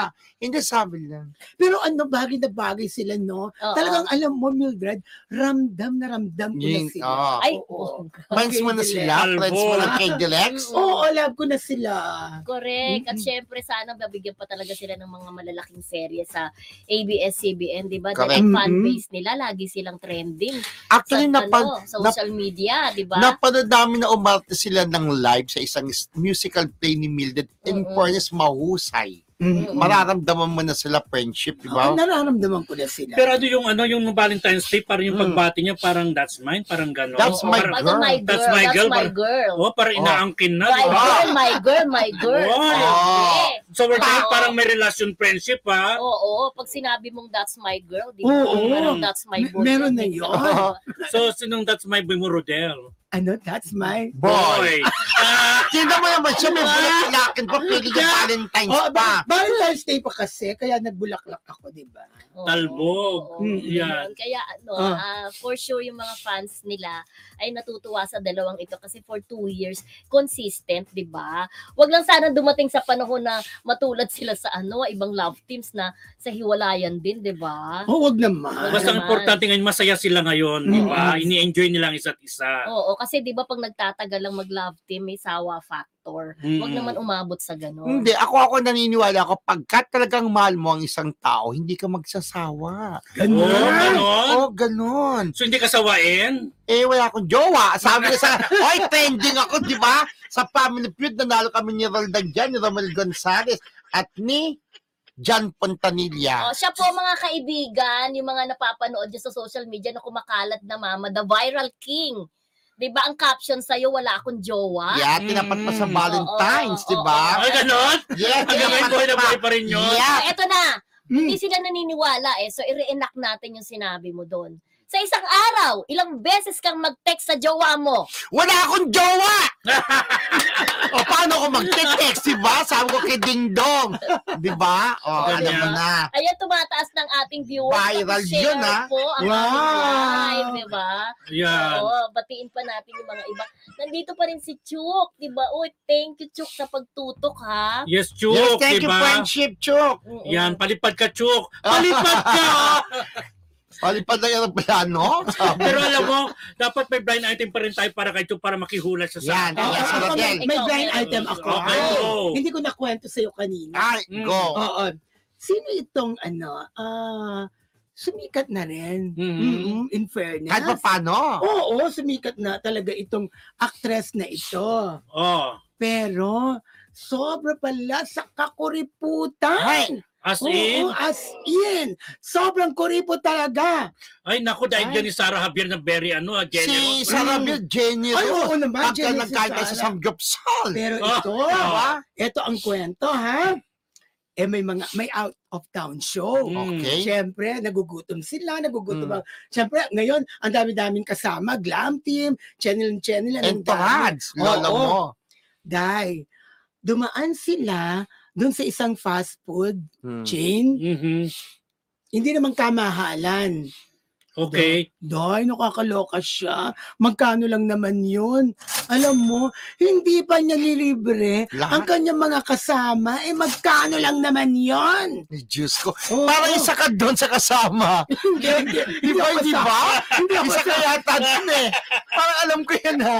Speaker 5: Hindi, sabi niya.
Speaker 3: Pero ano, bagay na bagay sila, no?
Speaker 4: Oo.
Speaker 3: Talagang alam mo, Mildred, ramdam na ramdam ko na
Speaker 5: Yun,
Speaker 3: sila.
Speaker 5: oo.
Speaker 4: Ay,
Speaker 3: Oo.
Speaker 4: oh,
Speaker 5: Friends mo na
Speaker 3: K-Deluxe.
Speaker 5: sila?
Speaker 2: Albo.
Speaker 5: Friends mo ng K-Deluxe?
Speaker 3: Oo, love ko na sila.
Speaker 4: Correct. At
Speaker 3: Mm-mm.
Speaker 4: syempre, sana babigyan pa talaga sila ng mga malalaking serye sa ABS-CBN, di ba?
Speaker 5: Correct.
Speaker 4: Dahil ang fan
Speaker 3: Mm-mm.
Speaker 4: base nila, lagi silang trending sa,
Speaker 5: Actually, napag,
Speaker 4: ano, social media, di ba?
Speaker 5: napanood namin na umarte sila ng live sa isang s- musical play ni Mildred. In
Speaker 4: Mm-mm.
Speaker 5: fairness, mahusay.
Speaker 3: Mm.
Speaker 5: Mararamdaman mo na sila friendship, di
Speaker 3: Oo,
Speaker 5: ba?
Speaker 3: nararamdaman ko na sila.
Speaker 2: Pero ano yung ano yung Valentine's Day parang yung
Speaker 5: Mm.
Speaker 2: pagbati niya parang that's mine, parang gano'n. Oh,
Speaker 5: That's my
Speaker 2: parang,
Speaker 4: Parang my girl. That's my girl.
Speaker 2: parang- Oh, parang
Speaker 5: Oh.
Speaker 2: inaangkin na.
Speaker 4: My
Speaker 2: di ba?
Speaker 4: girl, my girl, my girl.
Speaker 2: Oh.
Speaker 4: Sabi.
Speaker 2: So we're trying
Speaker 4: Tao.
Speaker 2: parang may relation friendship ha.
Speaker 4: Oo, pag sinabi mong that's my girl, di ba?
Speaker 3: Oo.
Speaker 4: Parang that's my
Speaker 3: Me-
Speaker 4: boy.
Speaker 3: meron na yun.
Speaker 4: [laughs]
Speaker 2: So sinong that's my boy mo Rodel?
Speaker 3: Ano, that's my...
Speaker 5: Boy!
Speaker 2: Ah,
Speaker 5: Tingnan mo naman siya, may bulaklakin pa, pwede niya Valentine's
Speaker 3: Oh,
Speaker 5: pa.
Speaker 3: ba- Valentine's Day pa kasi, kaya nagbulaklak ako, di ba?
Speaker 4: Oo,
Speaker 2: Talbog.
Speaker 4: oo,
Speaker 3: Mm,
Speaker 4: yun.
Speaker 2: yan.
Speaker 4: Kaya ano,
Speaker 3: Ah.
Speaker 4: ah, for sure yung mga fans nila ay natutuwa sa dalawang ito kasi for two years, consistent, di ba? Wag lang sana dumating sa panahon na matulad sila sa ano, ibang love teams na sa hiwalayan din, di ba?
Speaker 3: Oh, wag naman.
Speaker 2: basta ang
Speaker 4: naman.
Speaker 2: importante ngayon masaya sila ngayon, di
Speaker 5: Mm-hmm.
Speaker 2: ba? Ini-enjoy nila ang isa't isa.
Speaker 4: Oo, kasi 'di ba pag nagtatagal lang mag-love team, may sawa factor. factor. Huwag
Speaker 5: Mm-mm.
Speaker 4: naman umabot sa ganun.
Speaker 5: Hindi, ako ako naniniwala ako pagka talagang mahal mo ang isang tao, hindi ka magsasawa.
Speaker 2: Oo,
Speaker 3: Ah,
Speaker 2: ganon.
Speaker 5: Oh, ganun.
Speaker 2: So, hindi kasawain?
Speaker 5: Eh, wala akong jowa. Sabi niya sa, oy, trending ako, di ba? Sa Family Feud, nanalo kami ni Roldan dyan, ni Romel Gonzalez, at ni John Pontanilla.
Speaker 4: Oh, siya po mga kaibigan, yung mga napapanood niyo sa social media na kumakalat na mama, the viral king. 'Di ba ang caption sa wala akong jowa?
Speaker 5: Yeah, tinapat pa sa
Speaker 2: Mm.
Speaker 5: Valentine's,
Speaker 4: Oh, Oo,
Speaker 5: di ba?
Speaker 4: oo,
Speaker 2: Ay, ganon?
Speaker 5: Yes,
Speaker 2: Hanggang ngayon
Speaker 5: tinapat
Speaker 2: buhay na
Speaker 5: pa.
Speaker 2: buhay pa rin yun?
Speaker 5: Yeah.
Speaker 4: So, eto na.
Speaker 3: Mm.
Speaker 4: Hindi sila naniniwala eh. So, i-reenact natin yung sinabi mo doon. Sa isang araw, ilang beses kang mag-text sa jowa mo.
Speaker 5: Wala akong
Speaker 2: [laughs]
Speaker 5: jowa! o paano ako magte-text, di ba? Sabi ko kay Ding Dong. Di ba? O,
Speaker 4: Oo,
Speaker 5: alam mo
Speaker 4: diba?
Speaker 5: na.
Speaker 4: Ayan, tumataas ng ating viewers.
Speaker 5: Viral
Speaker 4: Share
Speaker 5: yun, ah. Um,
Speaker 4: po ang
Speaker 3: Wow.
Speaker 4: ating live, di ba?
Speaker 2: Yan.
Speaker 4: Oo, batiin pa natin yung mga iba. Nandito pa rin si Chuk, di ba? Uy, thank you, Chuk, sa pagtutok, ha?
Speaker 2: Yes, Chuk,
Speaker 5: Yes, thank you,
Speaker 2: diba?
Speaker 5: friendship, Chok.
Speaker 4: Oo.
Speaker 2: Yan, palipad ka, Chuk. Palipad
Speaker 5: [laughs]
Speaker 2: ka!
Speaker 5: Palipad ng aeroplano.
Speaker 2: [laughs] Pero alam mo, dapat may blind item pa rin tayo para kay Chuk para makihula siya sa
Speaker 5: Yan,
Speaker 3: Oo,
Speaker 5: yes,
Speaker 3: ako,
Speaker 5: Rodel.
Speaker 3: Ah, may, may blind
Speaker 4: Ikaw,
Speaker 3: item ako.
Speaker 2: Okay, go.
Speaker 3: Hindi ko nakwento sa'yo kanina.
Speaker 5: Ay,
Speaker 2: Mm.
Speaker 5: go.
Speaker 3: Oo. Sino itong ano, ah, sumikat na rin.
Speaker 4: Mm-hmm.
Speaker 2: Mhm.
Speaker 3: Mm-mm, in fairness.
Speaker 5: Kahit pa paano.
Speaker 3: Oo, sumikat na talaga itong actress na ito.
Speaker 2: Oh,
Speaker 3: Pero, sobra pala sa kakuriputan.
Speaker 2: as in,
Speaker 3: Oo, as in. Sobrang kuripo talaga.
Speaker 2: ay naku, dahil
Speaker 3: Ay.
Speaker 2: dyan ni Sarah Javier na very ano, ah,
Speaker 5: Si
Speaker 2: generous.
Speaker 5: Sarah Bill, Jenny
Speaker 3: Mm. Ay,
Speaker 5: Rose.
Speaker 3: oo diba? naman,
Speaker 5: Pagka
Speaker 3: Jenny
Speaker 5: nagkain tayo sa
Speaker 3: Susana.
Speaker 5: Samgyupsal.
Speaker 3: Pero
Speaker 2: Ah,
Speaker 3: ito,
Speaker 5: diba?
Speaker 2: ah.
Speaker 3: ito ang kwento, ha? Eh, may mga, may out of town show.
Speaker 5: Mm. Okay.
Speaker 3: Siyempre, nagugutom sila, nagugutom
Speaker 5: Mm.
Speaker 3: ang... Siyempre, ngayon, ang dami-daming kasama, glam team, channel and channel.
Speaker 5: And to hands, lola
Speaker 3: Oo.
Speaker 5: mo.
Speaker 3: Dahil, dumaan sila doon sa isang fast food
Speaker 5: Hmm.
Speaker 3: chain.
Speaker 2: Mhm.
Speaker 3: Hindi naman kamahalan.
Speaker 2: Okay.
Speaker 3: Doy, nakakaloka siya. Magkano lang naman yun? Alam mo, hindi pa niya lilibre
Speaker 5: Lahat.
Speaker 3: ang kanyang mga kasama. Eh, magkano lang naman yon?
Speaker 5: Ay, Diyos ko.
Speaker 3: Oo.
Speaker 5: Parang isa ka doon sa kasama.
Speaker 3: Hindi, hindi.
Speaker 5: [laughs] Di ba, di ba?
Speaker 3: Hindi ako
Speaker 5: Isa ka
Speaker 3: sa-
Speaker 5: yata dun [laughs] eh. Parang alam ko yan ha.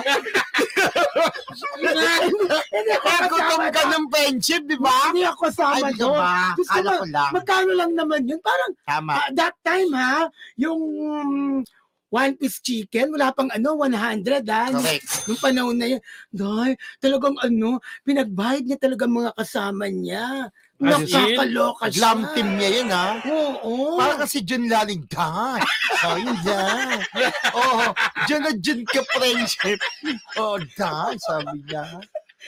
Speaker 3: Hindi ako
Speaker 5: Nagutom
Speaker 3: kasama
Speaker 5: ka
Speaker 3: doon.
Speaker 5: ng friendship, di ba?
Speaker 3: Hindi ako
Speaker 5: Ay,
Speaker 3: sama
Speaker 5: di
Speaker 3: doon.
Speaker 5: ba?
Speaker 3: Gusto
Speaker 5: Kala
Speaker 3: mo,
Speaker 5: ko lang.
Speaker 3: Magkano lang naman yun? Parang
Speaker 5: Tama.
Speaker 3: ah, that time ha, yung mm, one piece chicken, wala pang ano, 100 ha.
Speaker 5: Correct.
Speaker 3: Nung panahon na yun, Doy, talagang ano, pinagbayad niya talaga mga kasama niya.
Speaker 2: As in,
Speaker 3: Nakakaloka siya.
Speaker 5: Glam team niya yun ha.
Speaker 3: Oo.
Speaker 5: Parang kasi Jun Laling Dan. Sorry,
Speaker 3: [laughs]
Speaker 5: Dan. Oo. Jun na Jun ka friendship. Oo, Dan, sabi niya.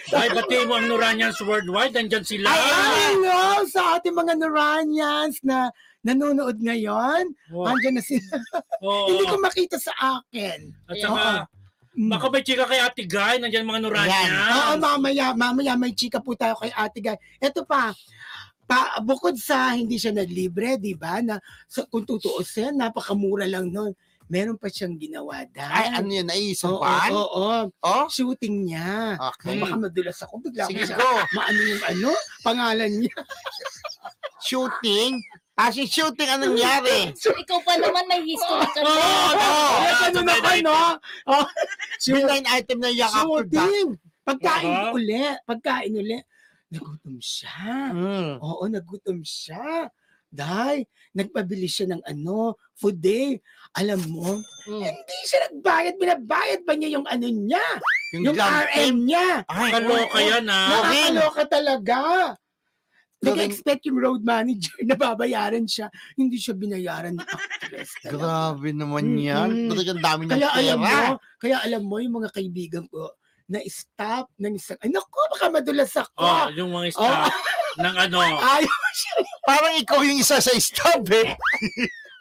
Speaker 2: Ay, batiin mo ang Noranians worldwide. Nandyan sila.
Speaker 3: Ay, hello sa ating mga Noranians na nanonood ngayon.
Speaker 2: Oh,
Speaker 3: Andiyan na sila.
Speaker 2: oh.
Speaker 3: Hindi ko makita sa akin.
Speaker 2: At saka,
Speaker 3: Mm.
Speaker 2: baka may chika kay Ate Guy. Nandyan mga
Speaker 3: Oo,
Speaker 2: Noranians.
Speaker 3: mamaya, mamaya may chika po tayo kay Ate Guy. Ito pa, pa bukod sa hindi siya naglibre, di ba? Na, sa, kung tutuusin, napakamura lang nun. Meron pa siyang ginawa dahil.
Speaker 5: Ay, ano yun? Ay, isang
Speaker 3: Oo,
Speaker 5: pan?
Speaker 3: oo, oo.
Speaker 5: Oh?
Speaker 3: Shooting niya.
Speaker 5: Okay.
Speaker 3: Baka madulas ako, bigla
Speaker 5: Hmm.
Speaker 3: ko
Speaker 5: Sige,
Speaker 3: siya.
Speaker 5: go.
Speaker 3: Maano yung ano? Pangalan
Speaker 5: [laughs]
Speaker 3: niya.
Speaker 5: Shooting. As in shooting, anong
Speaker 3: [laughs]
Speaker 5: nangyari?
Speaker 4: So, ikaw pa naman may history ka
Speaker 2: Oo,
Speaker 4: na.
Speaker 2: oo.
Speaker 3: Kaya tanong ako, ano no?
Speaker 5: [laughs]
Speaker 3: Oh, shoot-
Speaker 5: Line item na yak after that.
Speaker 3: shooting. Pagkain
Speaker 2: Oo.
Speaker 3: uli. Pagkain uli. Nagutom siya.
Speaker 5: Mm.
Speaker 3: Oo, nagutom siya. Dahil, nagpabili siya ng ano, food day. Alam mo,
Speaker 4: Mm.
Speaker 3: hindi siya nagbayad. Binabayad ba niya yung ano niya?
Speaker 5: Yung,
Speaker 3: Yung
Speaker 5: glam team.
Speaker 3: RM niya.
Speaker 5: Ay,
Speaker 2: Kaloka yan, ah.
Speaker 5: No. Lorin.
Speaker 3: Nakakaloka talaga.
Speaker 5: Lorin.
Speaker 3: Nag-expect yung road manager [laughs] na babayaran siya. Hindi siya binayaran ng actress. talaga.
Speaker 5: Grabe naman yan.
Speaker 3: Mm-mm.
Speaker 5: Talagang dami ng
Speaker 3: Kaya alam mo,
Speaker 5: pera.
Speaker 3: kaya alam mo yung mga kaibigan ko na stop ng isang, ay naku, baka madulas
Speaker 2: Oh,
Speaker 3: ako.
Speaker 2: yung mga staff ng ano.
Speaker 3: Ayaw siya.
Speaker 5: Parang ikaw yung isa sa stab eh.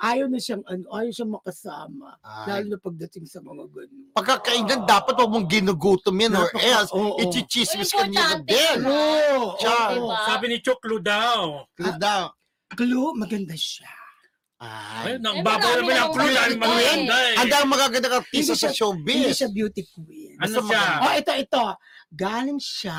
Speaker 3: Ayaw na siyang, ano, ayaw siyang makasama.
Speaker 5: Ay,
Speaker 3: Lalo na pagdating sa mga ganun.
Speaker 5: Pagkakainan, dapat huwag mong ginugutom yan or
Speaker 3: Napaka-
Speaker 5: else,
Speaker 3: oo.
Speaker 5: ichichismis ka nila
Speaker 4: Importante.
Speaker 5: din.
Speaker 3: Clue!
Speaker 5: Siya.
Speaker 3: Oo.
Speaker 4: Diba?
Speaker 2: Sabi ni Chuklu daw.
Speaker 5: Clue daw.
Speaker 3: Clue, maganda siya.
Speaker 2: Ay,
Speaker 5: Ay.
Speaker 2: nang
Speaker 4: Ay,
Speaker 2: babaw naman ang
Speaker 4: marami namang
Speaker 2: clue. Dahil
Speaker 5: maganda
Speaker 2: mga
Speaker 5: eh.
Speaker 2: yan, dahil.
Speaker 5: Ang dami magagandang artista
Speaker 3: Hindi
Speaker 5: sa
Speaker 3: siya- Hindi
Speaker 5: showbiz.
Speaker 3: siya beauty queen.
Speaker 2: Ano siya?
Speaker 3: Oh, ito, ito. Galing siya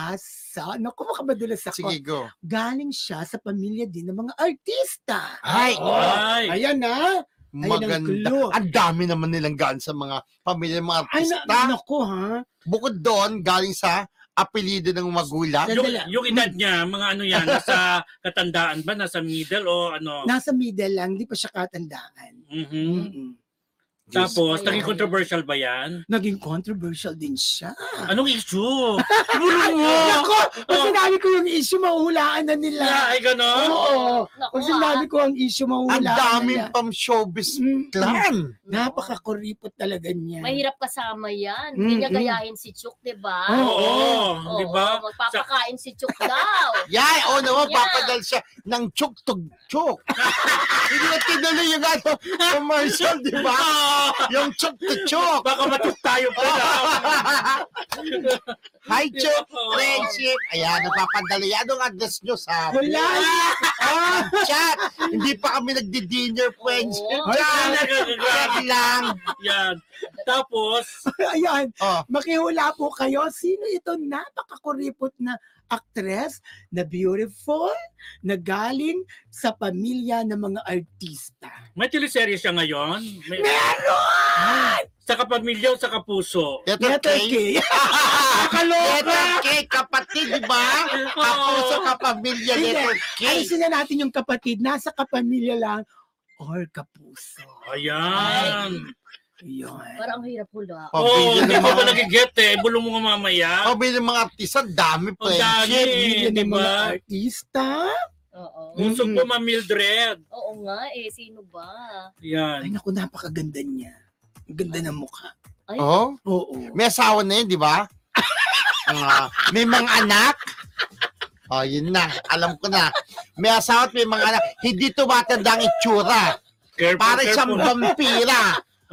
Speaker 3: sa, naku, makabadulas ako.
Speaker 5: Sige, go.
Speaker 3: Galing siya sa pamilya din ng mga artista.
Speaker 5: Ay,
Speaker 2: Ay.
Speaker 3: Ayan na. ang clue.
Speaker 5: maganda. Ang dami naman nilang gaan sa mga pamilya ng mga
Speaker 3: Ay,
Speaker 5: artista.
Speaker 3: na, naku ha.
Speaker 5: Bukod doon, galing sa apelido ng magulang?
Speaker 2: Yung,
Speaker 3: Dala.
Speaker 2: yung edad niya, mga ano yan, nasa katandaan ba? Nasa middle o ano?
Speaker 3: Nasa middle lang, di pa siya katandaan.
Speaker 5: Mm.
Speaker 2: Mhm.
Speaker 3: Mm-mm.
Speaker 2: Tapos,
Speaker 4: ko,
Speaker 2: naging
Speaker 4: yan.
Speaker 2: controversial ba yan?
Speaker 3: Naging controversial din siya.
Speaker 2: Anong issue? Buro mo!
Speaker 3: Ako,
Speaker 5: Ah.
Speaker 3: pag
Speaker 2: Oh.
Speaker 3: sinabi ko yung issue, mahuhulaan na nila.
Speaker 2: Ay, gano'n?
Speaker 3: Oo.
Speaker 4: Naku,
Speaker 3: Pag sinabi ko Oh, ang issue,
Speaker 5: Ang
Speaker 3: mahuhulaan
Speaker 5: daming
Speaker 3: na nila.
Speaker 5: pang showbiz
Speaker 3: Mm.
Speaker 5: clan.
Speaker 4: ah.
Speaker 3: Napaka-kuripot talaga niya.
Speaker 4: Mahirap kasama yan. Hindi niya
Speaker 3: Mm-mm.
Speaker 4: gayahin si Chuk, di ba?
Speaker 2: Oo,
Speaker 4: Oo,
Speaker 2: di ba?
Speaker 4: Magpapakain si Chuk
Speaker 3: [laughs]
Speaker 4: daw.
Speaker 5: Yay! O naman,
Speaker 4: Yeah.
Speaker 5: papadal siya ng
Speaker 3: [laughs]
Speaker 5: chuk-tug-chuk. Hindi na tinuloy yung ano, commercial, di ba? Yung
Speaker 3: [laughs]
Speaker 5: chuk-tug-chuk.
Speaker 2: Ah! Baka matok tayo pa
Speaker 5: Hi, chuk! Friendship! Ayan, napapadala. Yan ang address nyo sa
Speaker 3: Wala niya.
Speaker 5: Ah, chat! Hindi pa kami nagdi-dinner, friendship.
Speaker 4: Oo.
Speaker 5: Chat! Chat lang.
Speaker 2: Yan. Tapos,
Speaker 3: [laughs] Ayan,
Speaker 5: Oh,
Speaker 3: makihula po kayo. Sino ito napakakuripot na actress na beautiful na galing sa pamilya ng mga artista.
Speaker 2: may teleserye siya ngayon. May,
Speaker 3: Meron!
Speaker 2: sa kapamilya o sa kapuso.
Speaker 5: letter
Speaker 3: Letter
Speaker 5: K.
Speaker 3: K. [laughs]
Speaker 5: Letter K, kapatid, di ba? Ako sa kapamilya,
Speaker 3: Hindi.
Speaker 5: letter K.
Speaker 3: Alisin na natin yung kapatid. Nasa kapamilya lang or kapuso.
Speaker 2: Ayan.
Speaker 3: Yun.
Speaker 4: Parang ang hirap hula.
Speaker 5: Oh,
Speaker 2: Oo,
Speaker 5: bilhin
Speaker 2: hindi mo
Speaker 5: mga-
Speaker 2: ba nagiget eh. Bulong mo nga mamaya.
Speaker 5: Oh, bilhin mga artista, dami,
Speaker 2: Ang dami,
Speaker 5: friendship.
Speaker 2: eh,
Speaker 3: Yun
Speaker 2: di
Speaker 3: yung mga
Speaker 2: ba?
Speaker 3: artista.
Speaker 4: Oo.
Speaker 2: Gusto
Speaker 3: mm-hmm.
Speaker 2: ko ma Mildred.
Speaker 4: Oo nga eh, sino ba?
Speaker 3: Ay,
Speaker 2: Yan.
Speaker 3: naku, napakaganda niya. Ang ganda ng mukha.
Speaker 5: Oh,
Speaker 3: Oo.
Speaker 5: May asawa na yun, di ba? Ah, may mga anak. Oh, yun na. Alam ko na. May asawa at may mga anak. Hindi tumatanda ang itsura.
Speaker 2: Careful,
Speaker 5: Para siyang
Speaker 2: careful.
Speaker 5: vampira.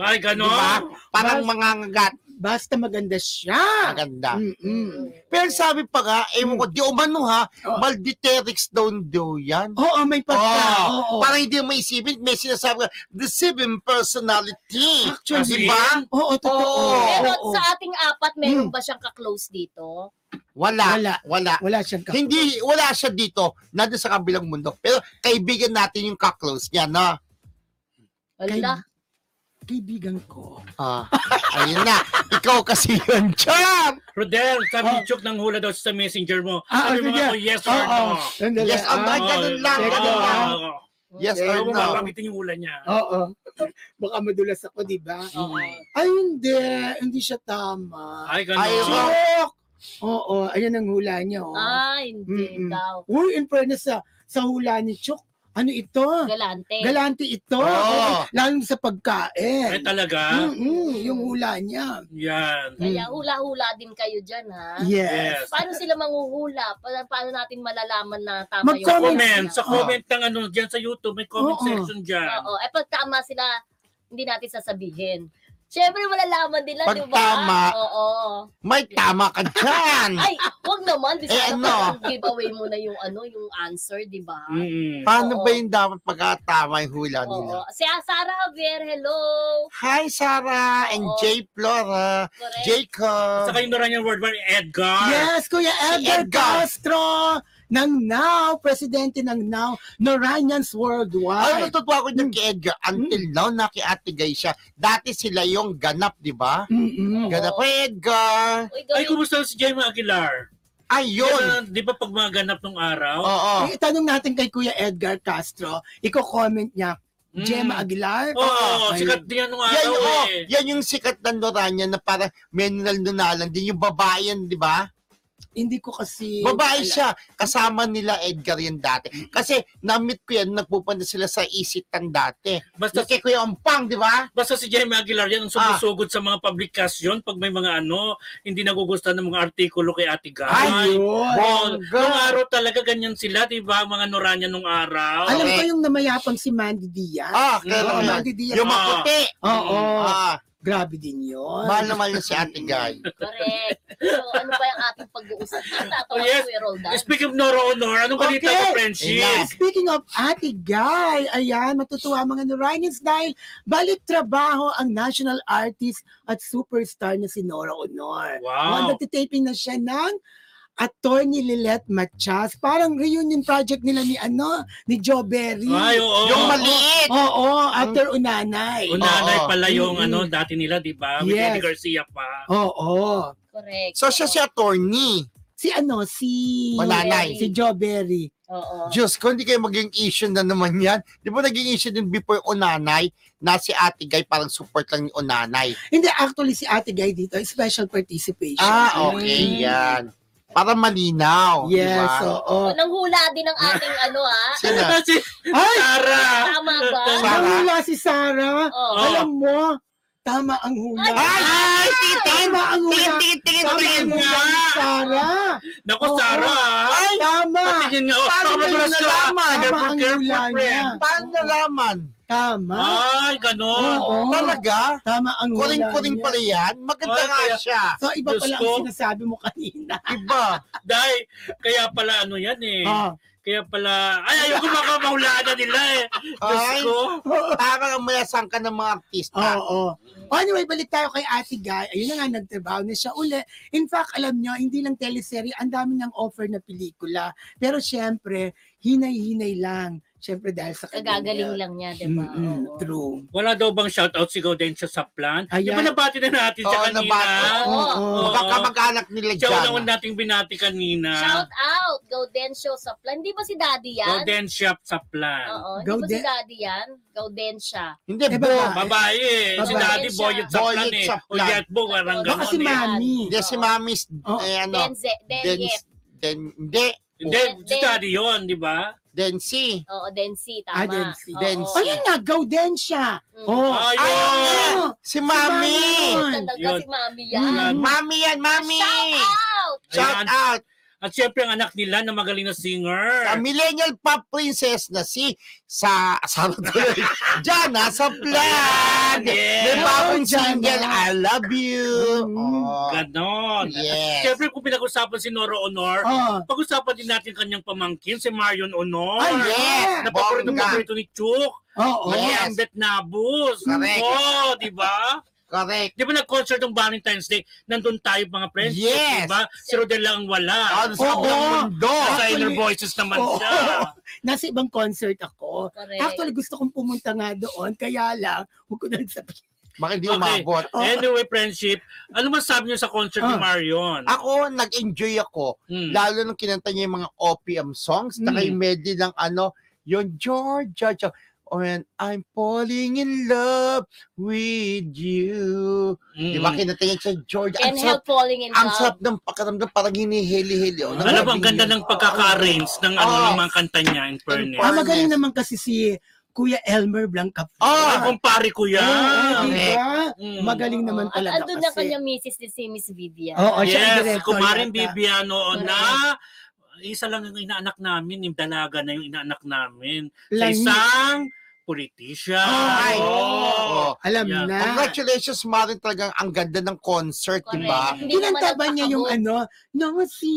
Speaker 2: Ay,
Speaker 5: Di
Speaker 3: Diba?
Speaker 2: gano'n?
Speaker 5: ba? Parang mga ngagat.
Speaker 3: Basta maganda siya.
Speaker 5: Maganda.
Speaker 3: Mm-mm.
Speaker 5: Pero sabi pa nga, ewan ko, di umano ha,
Speaker 3: Oh.
Speaker 5: malditerix daw daw yan.
Speaker 3: Oo, may pagka.
Speaker 5: Ah,
Speaker 3: Oo.
Speaker 5: Parang hindi mo maisipin, may sinasabi ka, deceiving personality.
Speaker 3: Actually,
Speaker 5: di ba?
Speaker 3: Oo, totoo.
Speaker 5: Oo.
Speaker 4: Pero
Speaker 3: Oo. Mm.
Speaker 4: sa ating apat, meron ba siyang kaklose dito?
Speaker 5: Wala.
Speaker 3: Wala.
Speaker 5: Wala.
Speaker 3: Wala siyang kaklose.
Speaker 5: Hindi, wala siya dito. Nandun sa kabilang mundo. Pero kaibigan natin yung kaklose niya, no?
Speaker 4: Wala.
Speaker 3: Kaibigan ko.
Speaker 5: Ah, [laughs] ayun na. Ikaw kasi yun, Cham!
Speaker 2: Rodel, sabi ni
Speaker 3: Oh.
Speaker 2: Chok nang hula daw sa messenger mo.
Speaker 3: Ah,
Speaker 2: sabi mo
Speaker 3: sige.
Speaker 2: nga kung yes or
Speaker 3: Oo.
Speaker 2: no.
Speaker 3: Sandali.
Speaker 5: Yes, oh ang
Speaker 3: Ah,
Speaker 5: Ay, ganun lang,
Speaker 2: Oo,
Speaker 3: ganun lang.
Speaker 2: oo.
Speaker 5: Yes
Speaker 2: Kaya
Speaker 5: or
Speaker 2: mo
Speaker 5: no?
Speaker 2: mapakitin yung hula niya.
Speaker 3: Oo. Baka madulas ako, di ba?
Speaker 4: Oo.
Speaker 3: Ay, hindi. Hindi siya tama.
Speaker 2: Ay,
Speaker 5: Ay, oh.
Speaker 2: gano'n.
Speaker 5: oo.
Speaker 3: Chok! Oo, ayan ang hula niya. Oh.
Speaker 4: Ah, hindi
Speaker 3: Mm-mm.
Speaker 4: daw.
Speaker 3: Uy, in fairness sa, sa hula ni Chok, ano ito?
Speaker 4: Galante.
Speaker 3: Galante ito.
Speaker 5: Oo.
Speaker 3: Lalo sa
Speaker 2: Ay,
Speaker 3: pagkain. Hmm.
Speaker 2: talaga?
Speaker 3: Mm-mm, yung hula niya.
Speaker 2: Yan.
Speaker 4: Kaya
Speaker 3: Mm.
Speaker 4: hula-hula din kayo dyan, ha?
Speaker 2: Yes.
Speaker 3: Yes.
Speaker 4: Paano sila manghuhula? Pa- Paano natin malalaman na tama yung
Speaker 3: Mag-comment.
Speaker 2: Comment.
Speaker 4: nila?
Speaker 2: Sa comment ng ano dyan sa YouTube. May comment
Speaker 3: Oo.
Speaker 2: section dyan.
Speaker 4: Oo. Eh, pag tama sila, hindi natin sasabihin. Siyempre, malalaman nila,
Speaker 5: Pag
Speaker 4: di ba?
Speaker 5: tama.
Speaker 4: Oo.
Speaker 5: May tama ka dyan!
Speaker 4: Ay, wag naman.
Speaker 5: Eh,
Speaker 4: Di sana
Speaker 5: ano?
Speaker 4: parang [laughs] giveaway mo na yung ano, yung answer, di ba?
Speaker 2: Mm-mm.
Speaker 5: Paano
Speaker 4: oo.
Speaker 5: ba yung dapat pagkatama yung hula nila?
Speaker 4: Oo. Si ah, Sarah Javier, hello.
Speaker 5: Hi, Sarah! And
Speaker 4: Oo.
Speaker 5: Jay Flora!
Speaker 4: Correct.
Speaker 5: Jacob!
Speaker 2: Saka yung naran yung word ba ni Edgar?
Speaker 3: Yes, Kuya Edgar,
Speaker 5: Edgar.
Speaker 3: Castro ng Now, presidente ng Now,
Speaker 5: Ay,
Speaker 3: Noranians
Speaker 5: Hmm.
Speaker 3: Worldwide.
Speaker 5: natutuwa ko dyan kay Edgar. Until now, nakiatigay siya. Dati sila yung ganap, di ba?
Speaker 3: Mm-mm.
Speaker 5: Ganap ko, Edgar!
Speaker 4: Uy,
Speaker 2: Ay,
Speaker 4: gawin
Speaker 2: kumusta si Jaime Aguilar? Diba-
Speaker 5: Ayun!
Speaker 2: Di ba pag maganap nung araw?
Speaker 5: Oo.
Speaker 3: Eh, Itanong natin kay Kuya Edgar Castro, iko-comment niya,
Speaker 2: Mm.
Speaker 3: Oh, Gemma Aguilar? Ah,
Speaker 2: Oo,
Speaker 3: Ayun.
Speaker 2: sikat din yan nung
Speaker 5: Yan,
Speaker 2: araw
Speaker 5: oo.
Speaker 2: eh.
Speaker 5: yan yung sikat na Noranya na parang menal-nunalan din. Yung babae yan, di ba?
Speaker 3: Hindi ko kasi...
Speaker 5: Babae
Speaker 3: alam.
Speaker 5: siya. Kasama nila Edgar yan dati. Kasi na-meet ko yan, nagpupunta sila sa isitan dati.
Speaker 2: Basta,
Speaker 5: Yung kay Kuya Ompang, di ba?
Speaker 2: basta si Jaime Aguilar yan ang sumusugod sa mga publikasyon pag may mga ano, hindi nagugustuhan ng mga artikulo kay Ate Guy.
Speaker 3: Ayun.
Speaker 2: Oo,
Speaker 5: Bongga.
Speaker 2: nung araw talaga ganyan sila, di ba? Mga Noranya nung araw.
Speaker 3: Alam ko
Speaker 5: Correct.
Speaker 3: yung namayapang si Mandy Diaz.
Speaker 5: Ah,
Speaker 3: Oo,
Speaker 5: kailan yan?
Speaker 3: Mandy Diaz.
Speaker 2: Ah.
Speaker 5: Yung maputi.
Speaker 3: Oo,
Speaker 5: Ah,
Speaker 3: grabe din yun.
Speaker 5: mahal na mahal na si Ate Guy.
Speaker 4: Correct. So, ano ba yung ating pag-uusap? Tatawa
Speaker 2: Oh, yes.
Speaker 4: ko yung Roldan.
Speaker 2: Speak of Nora Honor, anong balita
Speaker 3: Okay.
Speaker 2: ko, friendship?
Speaker 5: Enough.
Speaker 3: Yeah, Speaking of Ate Guy, ayan, matutuwa ang mga Noranians dahil balik trabaho ang national artist at superstar na si Nora Honor.
Speaker 2: Wow.
Speaker 3: nagtitaping na siya ng Attorney Lilet Machas. Parang reunion project nila ni ano, ni Joe Berry.
Speaker 2: Ay, oo. Oo.
Speaker 5: Yung maliit.
Speaker 3: Oo, after Unanay.
Speaker 2: Unanay
Speaker 5: Oo.
Speaker 2: pala yung
Speaker 3: Mm-mm.
Speaker 2: ano, dati nila, di ba? With
Speaker 3: Yes.
Speaker 2: Eddie Garcia pa.
Speaker 3: Oo.
Speaker 4: Correct.
Speaker 5: So siya si attorney.
Speaker 3: Si ano, si...
Speaker 5: Unanay.
Speaker 3: Si Joe Berry.
Speaker 4: Oo.
Speaker 5: Diyos ko, hindi kayo maging issue na naman yan. Di ba naging issue din before Onanay na si Ate Guy parang support lang ni Onanay?
Speaker 3: Hindi, actually si Ate Guy dito, special participation.
Speaker 5: Ah, okay, yan. Para malinaw. di
Speaker 3: Yes,
Speaker 5: ba?
Speaker 3: oo.
Speaker 4: Nang hula din ang ating ano ah.
Speaker 2: [laughs]
Speaker 5: Sino?
Speaker 2: Kasi,
Speaker 3: Ay!
Speaker 2: Tara!
Speaker 4: Tama ba?
Speaker 5: Sarah.
Speaker 3: Ang hula si Sarah.
Speaker 4: Oo.
Speaker 2: Oh.
Speaker 3: Alam mo, tama ang hula.
Speaker 5: Ay! Ay! Titin!
Speaker 3: Tama ang hula.
Speaker 5: Titin! Titin! Titin!
Speaker 3: Tama ang hula ni Sarah.
Speaker 2: Naku,
Speaker 3: Oo. Ah!
Speaker 2: Sarah!
Speaker 5: Ay!
Speaker 3: Tama.
Speaker 2: Patingin nga, oh,
Speaker 5: Paano
Speaker 2: tama
Speaker 5: niya
Speaker 2: pala siya.
Speaker 5: nalaman?
Speaker 2: Never
Speaker 3: Tama ang
Speaker 2: care for
Speaker 3: hula niya.
Speaker 2: friend.
Speaker 5: Paano nalaman?
Speaker 3: Tama.
Speaker 2: Ay, ganon.
Speaker 3: Oo.
Speaker 5: Talaga?
Speaker 3: Tama ang hula
Speaker 5: Kuling-kuling
Speaker 3: niya.
Speaker 5: pala yan? Maganda
Speaker 2: Ay,
Speaker 5: nga
Speaker 2: kaya-
Speaker 5: siya.
Speaker 3: So, iba
Speaker 2: Diyos
Speaker 3: pala
Speaker 2: ko.
Speaker 3: ang sinasabi mo kanina.
Speaker 5: Iba.
Speaker 2: Dahil, kaya pala ano yan eh.
Speaker 3: Ah.
Speaker 2: Kaya pala, ay, ayoko makamaulaan na nila eh. Diyos
Speaker 5: Ay.
Speaker 2: ko.
Speaker 5: Parang ang malasang ka ng mga artista.
Speaker 3: Oo. Oh, anyway, balik tayo kay Ate Guy. Ayun na nga, nagtrabaho na siya uli. In fact, alam nyo, hindi lang teleserye, ang dami niyang offer na pelikula. Pero syempre, hinay-hinay lang. Syempre dahil sa
Speaker 4: Kagagaling lang niya, di ba? Oo.
Speaker 3: Mm-mm, True.
Speaker 2: Wala daw bang shoutout si din siya sa plan? Di ba
Speaker 3: Ayan.
Speaker 2: nabati na natin siya
Speaker 5: Oo,
Speaker 2: kanina?
Speaker 5: nabati.
Speaker 3: Oo.
Speaker 2: Oo.
Speaker 5: Baka kamag-anak nila
Speaker 2: Siya
Speaker 5: dyan.
Speaker 2: unang nating binati kanina.
Speaker 4: Shout out, Gaudencio Saplan. Hindi ba si Daddy yan?
Speaker 2: Gaudentia sa plan.
Speaker 4: Oo, hindi ba si
Speaker 3: Gauden-
Speaker 4: Daddy yan? Gaudensia.
Speaker 5: Hindi,
Speaker 3: Eh,
Speaker 5: bro.
Speaker 3: baba.
Speaker 2: Babae eh. Si
Speaker 3: Babae
Speaker 2: Daddy
Speaker 4: siya.
Speaker 2: Boyot sa
Speaker 5: Boyot
Speaker 2: plan eh.
Speaker 5: Saplan.
Speaker 2: O Yatbo, parang
Speaker 3: Baka si
Speaker 2: ganon eh.
Speaker 4: Ma-
Speaker 3: Mami.
Speaker 5: Hindi, si Mami's,
Speaker 3: Oo.
Speaker 5: eh, ano,
Speaker 4: Denze, Denye.
Speaker 5: Dennis, Den, hindi,
Speaker 2: Hindi,
Speaker 4: Then-
Speaker 2: si Daddy yun, di ba?
Speaker 5: Densi.
Speaker 4: Oo, Densi, tama.
Speaker 3: Ah, Oh, Densi.
Speaker 4: Oo.
Speaker 5: Densi.
Speaker 3: Ayun nga, Gaudensya.
Speaker 4: Mm.
Speaker 3: Oo.
Speaker 2: Ayun!
Speaker 3: Oo.
Speaker 5: Si
Speaker 3: Mami.
Speaker 5: Mami!
Speaker 4: Talaga
Speaker 2: Yun. Mm.
Speaker 4: si Mami yan.
Speaker 2: Yun.
Speaker 3: mm,
Speaker 5: Mami yan, Mami!
Speaker 4: Shout out!
Speaker 5: Shout
Speaker 2: Ayan.
Speaker 5: out!
Speaker 2: At syempre ang anak nila na magaling na singer.
Speaker 5: Sa millennial pop princess na si sa sa [laughs] Jana sa plan.
Speaker 2: Yes.
Speaker 5: May bagong
Speaker 3: Hello, Jana.
Speaker 5: single I love you.
Speaker 3: Mm.
Speaker 5: Oh,
Speaker 2: Ganon.
Speaker 5: Yes.
Speaker 2: Siyempre kung pinag-usapan si Noro Honor,
Speaker 3: Oo.
Speaker 2: pag-usapan din natin kanyang pamangkin, si Marion Honor.
Speaker 3: Ay,
Speaker 5: Ah, yes.
Speaker 2: Na paborito
Speaker 5: Bongga.
Speaker 2: paborito ni Chuk.
Speaker 3: Oo.
Speaker 5: Yes.
Speaker 2: Yes. Ang Bet Nabus.
Speaker 5: Correct.
Speaker 2: Oo, di ba?
Speaker 5: Correct.
Speaker 2: Di ba nag-concert ng Valentine's Day? Nandun tayo mga friends.
Speaker 5: Yes.
Speaker 2: Di ba? Si Rodel lang ang wala.
Speaker 5: Ano sa
Speaker 3: Oo.
Speaker 5: buong mundo?
Speaker 2: Sa
Speaker 3: Actually-
Speaker 2: inner voices naman
Speaker 3: Oo.
Speaker 2: siya.
Speaker 3: Nasa ibang concert
Speaker 2: Eh.
Speaker 3: ako.
Speaker 4: Correct.
Speaker 3: Actually, gusto kong pumunta nga doon. Kaya lang, huwag ko na sabihin.
Speaker 5: Bakit di
Speaker 2: Okay.
Speaker 5: umabot?
Speaker 3: Oo.
Speaker 2: Anyway, friendship, ano masabi niyo sa concert ni
Speaker 3: Ah.
Speaker 2: Marion?
Speaker 5: Ako, nag-enjoy ako.
Speaker 2: Hmm.
Speaker 5: Lalo nung kinanta niya yung mga OPM songs,
Speaker 3: Mm.
Speaker 5: mm. medley ng ano, yung Georgia, Georgia, When I'm falling in love with you.
Speaker 2: Mm.
Speaker 5: Di ba kinanta niya sa Georgia?
Speaker 4: Can't
Speaker 5: Ang sarap
Speaker 4: help falling in
Speaker 5: Ang
Speaker 4: love.
Speaker 5: sarap ng pakiramdam, parang hinihili-hili. Oh.
Speaker 2: Alam mo, ang ganda ng pagkaka-arrange ng ano
Speaker 5: Oo.
Speaker 2: ng mga kanta niya in fairness.
Speaker 3: Ah, magaling naman kasi si Kuya Elmer Blanca.
Speaker 2: Ah,
Speaker 5: Ah,
Speaker 2: kumpare ko yan.
Speaker 3: Oo, di
Speaker 5: correct.
Speaker 3: ba?
Speaker 2: Mm.
Speaker 3: Magaling naman
Speaker 4: Oo.
Speaker 3: talaga
Speaker 4: At andun na
Speaker 3: kasi.
Speaker 4: kanya misis din si Miss Vivian.
Speaker 3: Oo, Oh, siya ang
Speaker 2: yes,
Speaker 3: director
Speaker 2: kumarin
Speaker 3: yata.
Speaker 2: Bibiano
Speaker 4: Correct.
Speaker 2: na isa lang yung inaanak namin, yung dalaga na yung inaanak namin. Sa
Speaker 3: Langit.
Speaker 2: isang politisya.
Speaker 3: Ay.
Speaker 2: Oo.
Speaker 3: oh, Alam
Speaker 2: Oh. Yeah.
Speaker 3: na.
Speaker 5: Congratulations, Marin. Talagang ang ganda ng concert, di
Speaker 2: Diba?
Speaker 5: ba?
Speaker 4: Correct. Hindi
Speaker 3: Kinanta
Speaker 4: naman
Speaker 3: ba niya yung
Speaker 4: nagpakabog.
Speaker 3: ano? No, si.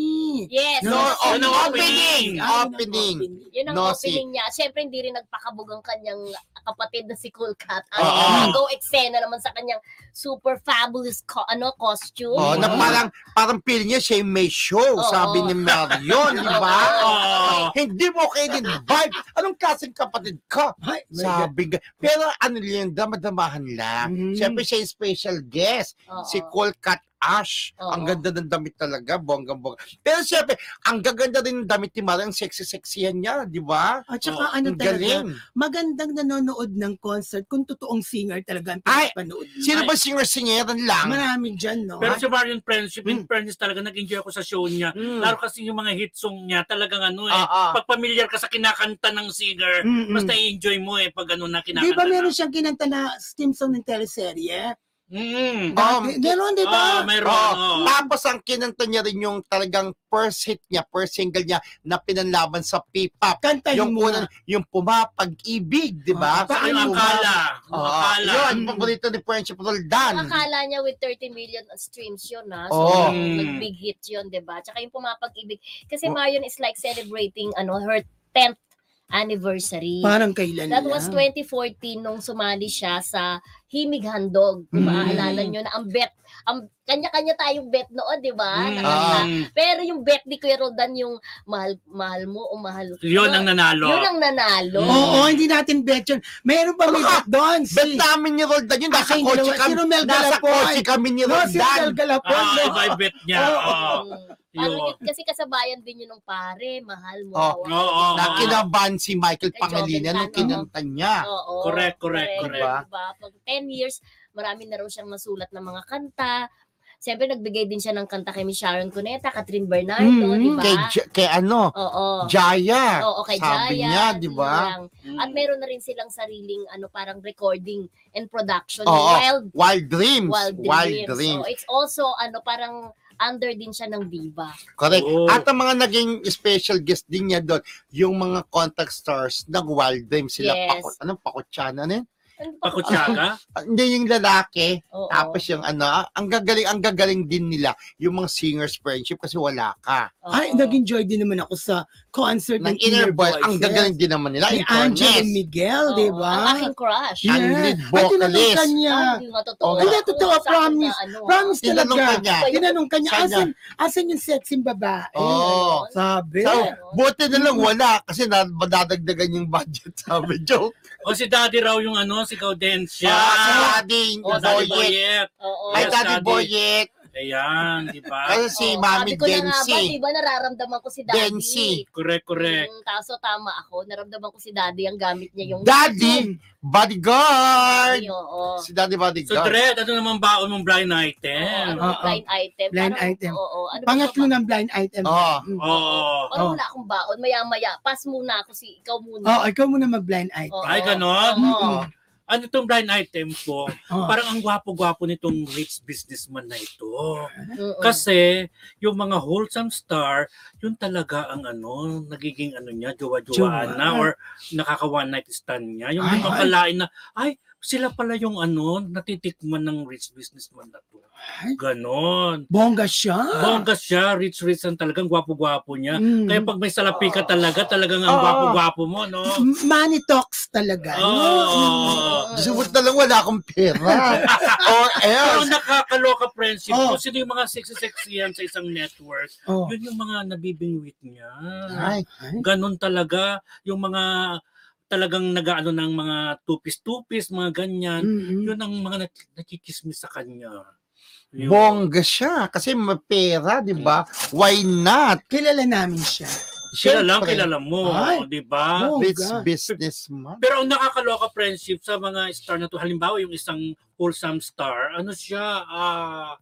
Speaker 4: Yes.
Speaker 5: No, oh,
Speaker 2: Yun ang
Speaker 5: opening.
Speaker 2: opening.
Speaker 3: Ah, yun ang
Speaker 5: Opening.
Speaker 4: Yun ang
Speaker 5: No,
Speaker 4: opening niya. Siyempre, hindi rin nagpakabog ang kanyang kapatid na si Cool Cat. Ang
Speaker 5: Oo.
Speaker 4: go eksena naman sa kanyang super fabulous co- ano costume.
Speaker 5: Oh, na
Speaker 3: Wow.
Speaker 5: parang, parang feeling niya siya yung may show,
Speaker 4: Oo.
Speaker 5: sabi ni Marion, di ba?
Speaker 2: Oo.
Speaker 5: Hindi mo kayo din vibe. Anong klaseng kapatid ka?
Speaker 3: Ay, my God.
Speaker 5: Sabi nga. Pero ano lang, damadamahan lang.
Speaker 3: Mm.
Speaker 5: Siyempre siya yung special guest.
Speaker 4: Oo.
Speaker 5: si Colcat Ash.
Speaker 4: Oo.
Speaker 5: Ang ganda ng damit talaga, bonggang-bongga. Pero syempre, ang gaganda din ng damit ni Mara, ang sexy-sexyan niya, di ba?
Speaker 3: At
Speaker 2: Oh,
Speaker 3: saka ano
Speaker 5: Ang
Speaker 3: talaga,
Speaker 5: galing.
Speaker 3: magandang nanonood ng concert kung totoong singer talaga ang
Speaker 5: Ay,
Speaker 3: pinapanood.
Speaker 5: Sino ba singer-singeran lang?
Speaker 3: Marami dyan, no?
Speaker 2: Pero si Marion Friendship, in
Speaker 5: Mm.
Speaker 2: fairness talaga, nag-enjoy ako sa show niya.
Speaker 5: Mm.
Speaker 3: Hmm.
Speaker 2: Laro kasi yung mga hit song niya, talagang ano eh.
Speaker 5: Ah, ah.
Speaker 2: Pag familiar ka sa kinakanta ng singer,
Speaker 3: Mm-mm.
Speaker 2: mas na-enjoy mo eh pag ano na kinakanta.
Speaker 3: Hmm. Di ba meron
Speaker 2: na.
Speaker 3: siyang kinanta na theme song ng teleserye?
Speaker 2: Mm.
Speaker 5: Um,
Speaker 3: Dati- meron, di
Speaker 2: Ah,
Speaker 3: ba?
Speaker 2: meron.
Speaker 5: Oo.
Speaker 2: oo.
Speaker 5: Oh, Tapos ang kinanta niya rin yung talagang first hit niya, first single niya na pinanlaban sa P-pop.
Speaker 3: Kantahin
Speaker 5: Yung
Speaker 3: mo.
Speaker 5: unang, yung pumapag-ibig, di ba?
Speaker 3: Oo. Sa
Speaker 2: Yung
Speaker 3: Paano?
Speaker 2: akala. Yung
Speaker 5: Oo.
Speaker 2: akala.
Speaker 5: ah, Yun,
Speaker 3: Mm.
Speaker 5: paborito ni Friendship Roldan.
Speaker 4: Akala niya with 30 million streams yun, ha?
Speaker 5: Oo.
Speaker 4: So, nag-big hit yun, di ba? Tsaka yung pumapag-ibig. Kasi
Speaker 5: Oo.
Speaker 4: Marion is like celebrating ano her 10th anniversary.
Speaker 3: Parang kailan
Speaker 4: That was
Speaker 3: lang.
Speaker 4: 2014 nung sumali siya sa himig handog.
Speaker 5: Mm.
Speaker 4: Kung maaalala nyo na ang bet, ang kanya-kanya tayong bet noon, di ba?
Speaker 2: Mm.
Speaker 4: Nakaka-
Speaker 5: Ah.
Speaker 4: Pero yung bet ni Kuya Roldan, yung mahal, mahal mo o mahal ko.
Speaker 2: Yun ang nanalo.
Speaker 4: Yun ang nanalo.
Speaker 3: Oo, hindi natin bet yun. Meron
Speaker 5: Ano
Speaker 3: ba may bet doon?
Speaker 5: Bet
Speaker 3: Si,
Speaker 5: namin ni Roldan yun. Nasa
Speaker 3: Aking
Speaker 5: kotse
Speaker 3: dalawa,
Speaker 5: kami.
Speaker 3: si Romel
Speaker 5: Nasa
Speaker 3: Galapoy.
Speaker 5: kotse kami ni
Speaker 3: no, si Del
Speaker 5: Roldan.
Speaker 3: Galapon.
Speaker 2: Ah,
Speaker 3: no?
Speaker 2: iba yung bet niya.
Speaker 3: Oo.
Speaker 2: Oo.
Speaker 4: Mm.
Speaker 2: Yun.
Speaker 4: Ano, yun, kasi kasabayan din yun ng pare, mahal mo.
Speaker 5: Oh.
Speaker 2: Oo,
Speaker 4: hawakan mo.
Speaker 2: oo,
Speaker 5: Na
Speaker 2: oo.
Speaker 5: kinabahan si Michael
Speaker 4: Kay
Speaker 5: Pangilinan
Speaker 4: Joven
Speaker 5: nung
Speaker 4: Tan,
Speaker 5: kinanta niya.
Speaker 4: Oo.
Speaker 2: Correct, correct,
Speaker 5: correct.
Speaker 4: Diba? Pag 10 years, marami na raw siyang nasulat ng mga kanta. Siyempre, nagbigay din siya ng kanta kay Miss Sharon Cuneta, Catherine Bernardo,
Speaker 5: Mm,
Speaker 4: di ba?
Speaker 5: Kay, J- kay ano,
Speaker 4: Oo.
Speaker 5: Jaya.
Speaker 4: Oo, kay
Speaker 5: Sabi
Speaker 4: Jaya.
Speaker 5: niya, diba? di
Speaker 4: yun
Speaker 5: ba?
Speaker 4: lang. At
Speaker 2: Mm.
Speaker 4: meron na rin silang sariling ano parang recording and production.
Speaker 5: Oo.
Speaker 4: Wild,
Speaker 5: Wild Dreams.
Speaker 4: wild, Dreams.
Speaker 5: Dreams.
Speaker 4: So, it's also ano parang under din siya ng Viva.
Speaker 5: Correct.
Speaker 2: Oo.
Speaker 5: At ang mga naging special guest din niya doon, yung mga contact stars ng Wild Dreams. Sila
Speaker 4: Yes.
Speaker 5: Pakot. Anong Pakotsyana na yun?
Speaker 4: Ano pa-
Speaker 2: Pakutsaga?
Speaker 5: Ah, Hindi yung lalaki.
Speaker 4: [laughs] Oo.
Speaker 5: Tapos yung ano, ah, ang gagaling, ang gagaling din nila yung mga singers friendship kasi wala ka.
Speaker 4: Oo.
Speaker 3: Ay, nag-enjoy din naman ako sa concert
Speaker 5: Ng inner boy, ang gagaling din naman nila.
Speaker 3: Ni
Speaker 5: yung
Speaker 3: Angel
Speaker 5: Cornets.
Speaker 3: and Miguel,
Speaker 4: Oo.
Speaker 3: di ba?
Speaker 4: Ang aking crush.
Speaker 5: Ang lead
Speaker 3: At tinanong
Speaker 5: vocalist.
Speaker 3: ka niya,
Speaker 4: Ah, di nga totoo.
Speaker 5: Oo.
Speaker 3: Hindi, totoo,
Speaker 4: Sa akin
Speaker 3: promise.
Speaker 4: na ano, ah.
Speaker 3: promise
Speaker 5: Tinanong ka
Speaker 3: talaga.
Speaker 5: niya.
Speaker 3: Tinanong ka niya,
Speaker 5: Saan
Speaker 3: asan, asan yung sexing babae?
Speaker 2: Oh.
Speaker 5: Oo.
Speaker 3: Sabi.
Speaker 5: So,
Speaker 4: Yeah.
Speaker 5: buti na
Speaker 4: Mm-hmm.
Speaker 5: lang wala kasi na, madadagdagan yung budget [laughs] sabi joke.
Speaker 2: O Oh, si Daddy raw yung ano, si Gaudencia.
Speaker 5: Ah, si Daddy
Speaker 4: Oh,
Speaker 2: Daddy
Speaker 5: Boyet.
Speaker 2: Boyet.
Speaker 4: Oo.
Speaker 5: Ay,
Speaker 2: Yes,
Speaker 5: Daddy
Speaker 2: Daddy.
Speaker 5: Boyet.
Speaker 2: Ayan, di ba?
Speaker 5: Kasi si
Speaker 4: Oo,
Speaker 5: Mami
Speaker 4: Oh, sabi ko na nga ba,
Speaker 5: Densi.
Speaker 4: di ba nararamdaman ko si Daddy?
Speaker 5: Densi.
Speaker 2: Correct, correct.
Speaker 4: Mm, kaso tama ako, naramdaman ko si Daddy ang gamit niya yung...
Speaker 5: Daddy Bodyguard.
Speaker 4: Ay, oh. Oo.
Speaker 5: Si Daddy
Speaker 2: So,
Speaker 5: Bodyguard.
Speaker 2: Dred, ano naman baon mong blind
Speaker 5: Ah,
Speaker 4: ano,
Speaker 2: item?
Speaker 3: Oo.
Speaker 4: blind item.
Speaker 3: Blind
Speaker 4: Parang-
Speaker 3: item.
Speaker 4: Oo. Ano ba
Speaker 3: Pangatlo
Speaker 4: ba?
Speaker 3: ng blind item. Oo,
Speaker 5: Oh,
Speaker 2: Oo.
Speaker 4: Parang
Speaker 3: Oo.
Speaker 4: wala akong baon. Maya-maya. Pass muna ako si ikaw muna.
Speaker 3: Oh, ikaw muna mag-blind item.
Speaker 4: Oo.
Speaker 2: Ay, ganon?
Speaker 4: Oo.
Speaker 2: Ano itong blind item po?
Speaker 3: Oo.
Speaker 2: Parang ang gwapo-gwapo nitong rich businessman na ito.
Speaker 4: Mm-mm.
Speaker 2: Kasi yung mga wholesome star, yun talaga ang ano, nagiging ano niya, jowa-jowaan
Speaker 3: Jowa.
Speaker 2: na or nakaka-one night stand niya. Yung
Speaker 3: Ay,
Speaker 2: mga kalain na, ay, sila pala yung ano, natitikman ng rich businessman na to.
Speaker 3: Ay.
Speaker 2: Ganon.
Speaker 3: Bongga siya.
Speaker 2: Bongga siya, rich-rich ang talagang gwapo-gwapo niya.
Speaker 3: Mm.
Speaker 2: Kaya pag may salapi ka talaga, talagang ang
Speaker 5: Oo.
Speaker 2: gwapo-gwapo mo, no?
Speaker 3: Money talks talaga. no?
Speaker 2: Oo.
Speaker 5: Subot na lang wala akong
Speaker 4: [laughs]
Speaker 5: pera. Or
Speaker 2: Pero
Speaker 5: else.
Speaker 2: nakakaloka friendship.
Speaker 3: Oh.
Speaker 2: Kung sino yung mga sexy-sexy yan sa isang network,
Speaker 3: Oo.
Speaker 2: yun yung mga nabibingwit niya.
Speaker 5: Ay,
Speaker 2: Ganon talaga yung mga talagang nagaano ng mga tupis-tupis, mga ganyan.
Speaker 3: Mm-mm.
Speaker 2: Yun ang mga nak- nakikismis sa kanya. Yun.
Speaker 5: bongga siya. Kasi may pera, di ba? Why not?
Speaker 3: Kilala namin siya.
Speaker 2: Kilala lang,
Speaker 5: Siyempre,
Speaker 2: kilala mo,
Speaker 3: Ay.
Speaker 2: di ba?
Speaker 3: Oo.
Speaker 5: Rich
Speaker 3: Bongga.
Speaker 5: businessman.
Speaker 2: Pero ang nakakaloka friendship sa mga star na to, halimbawa yung isang wholesome star, ano siya, ah,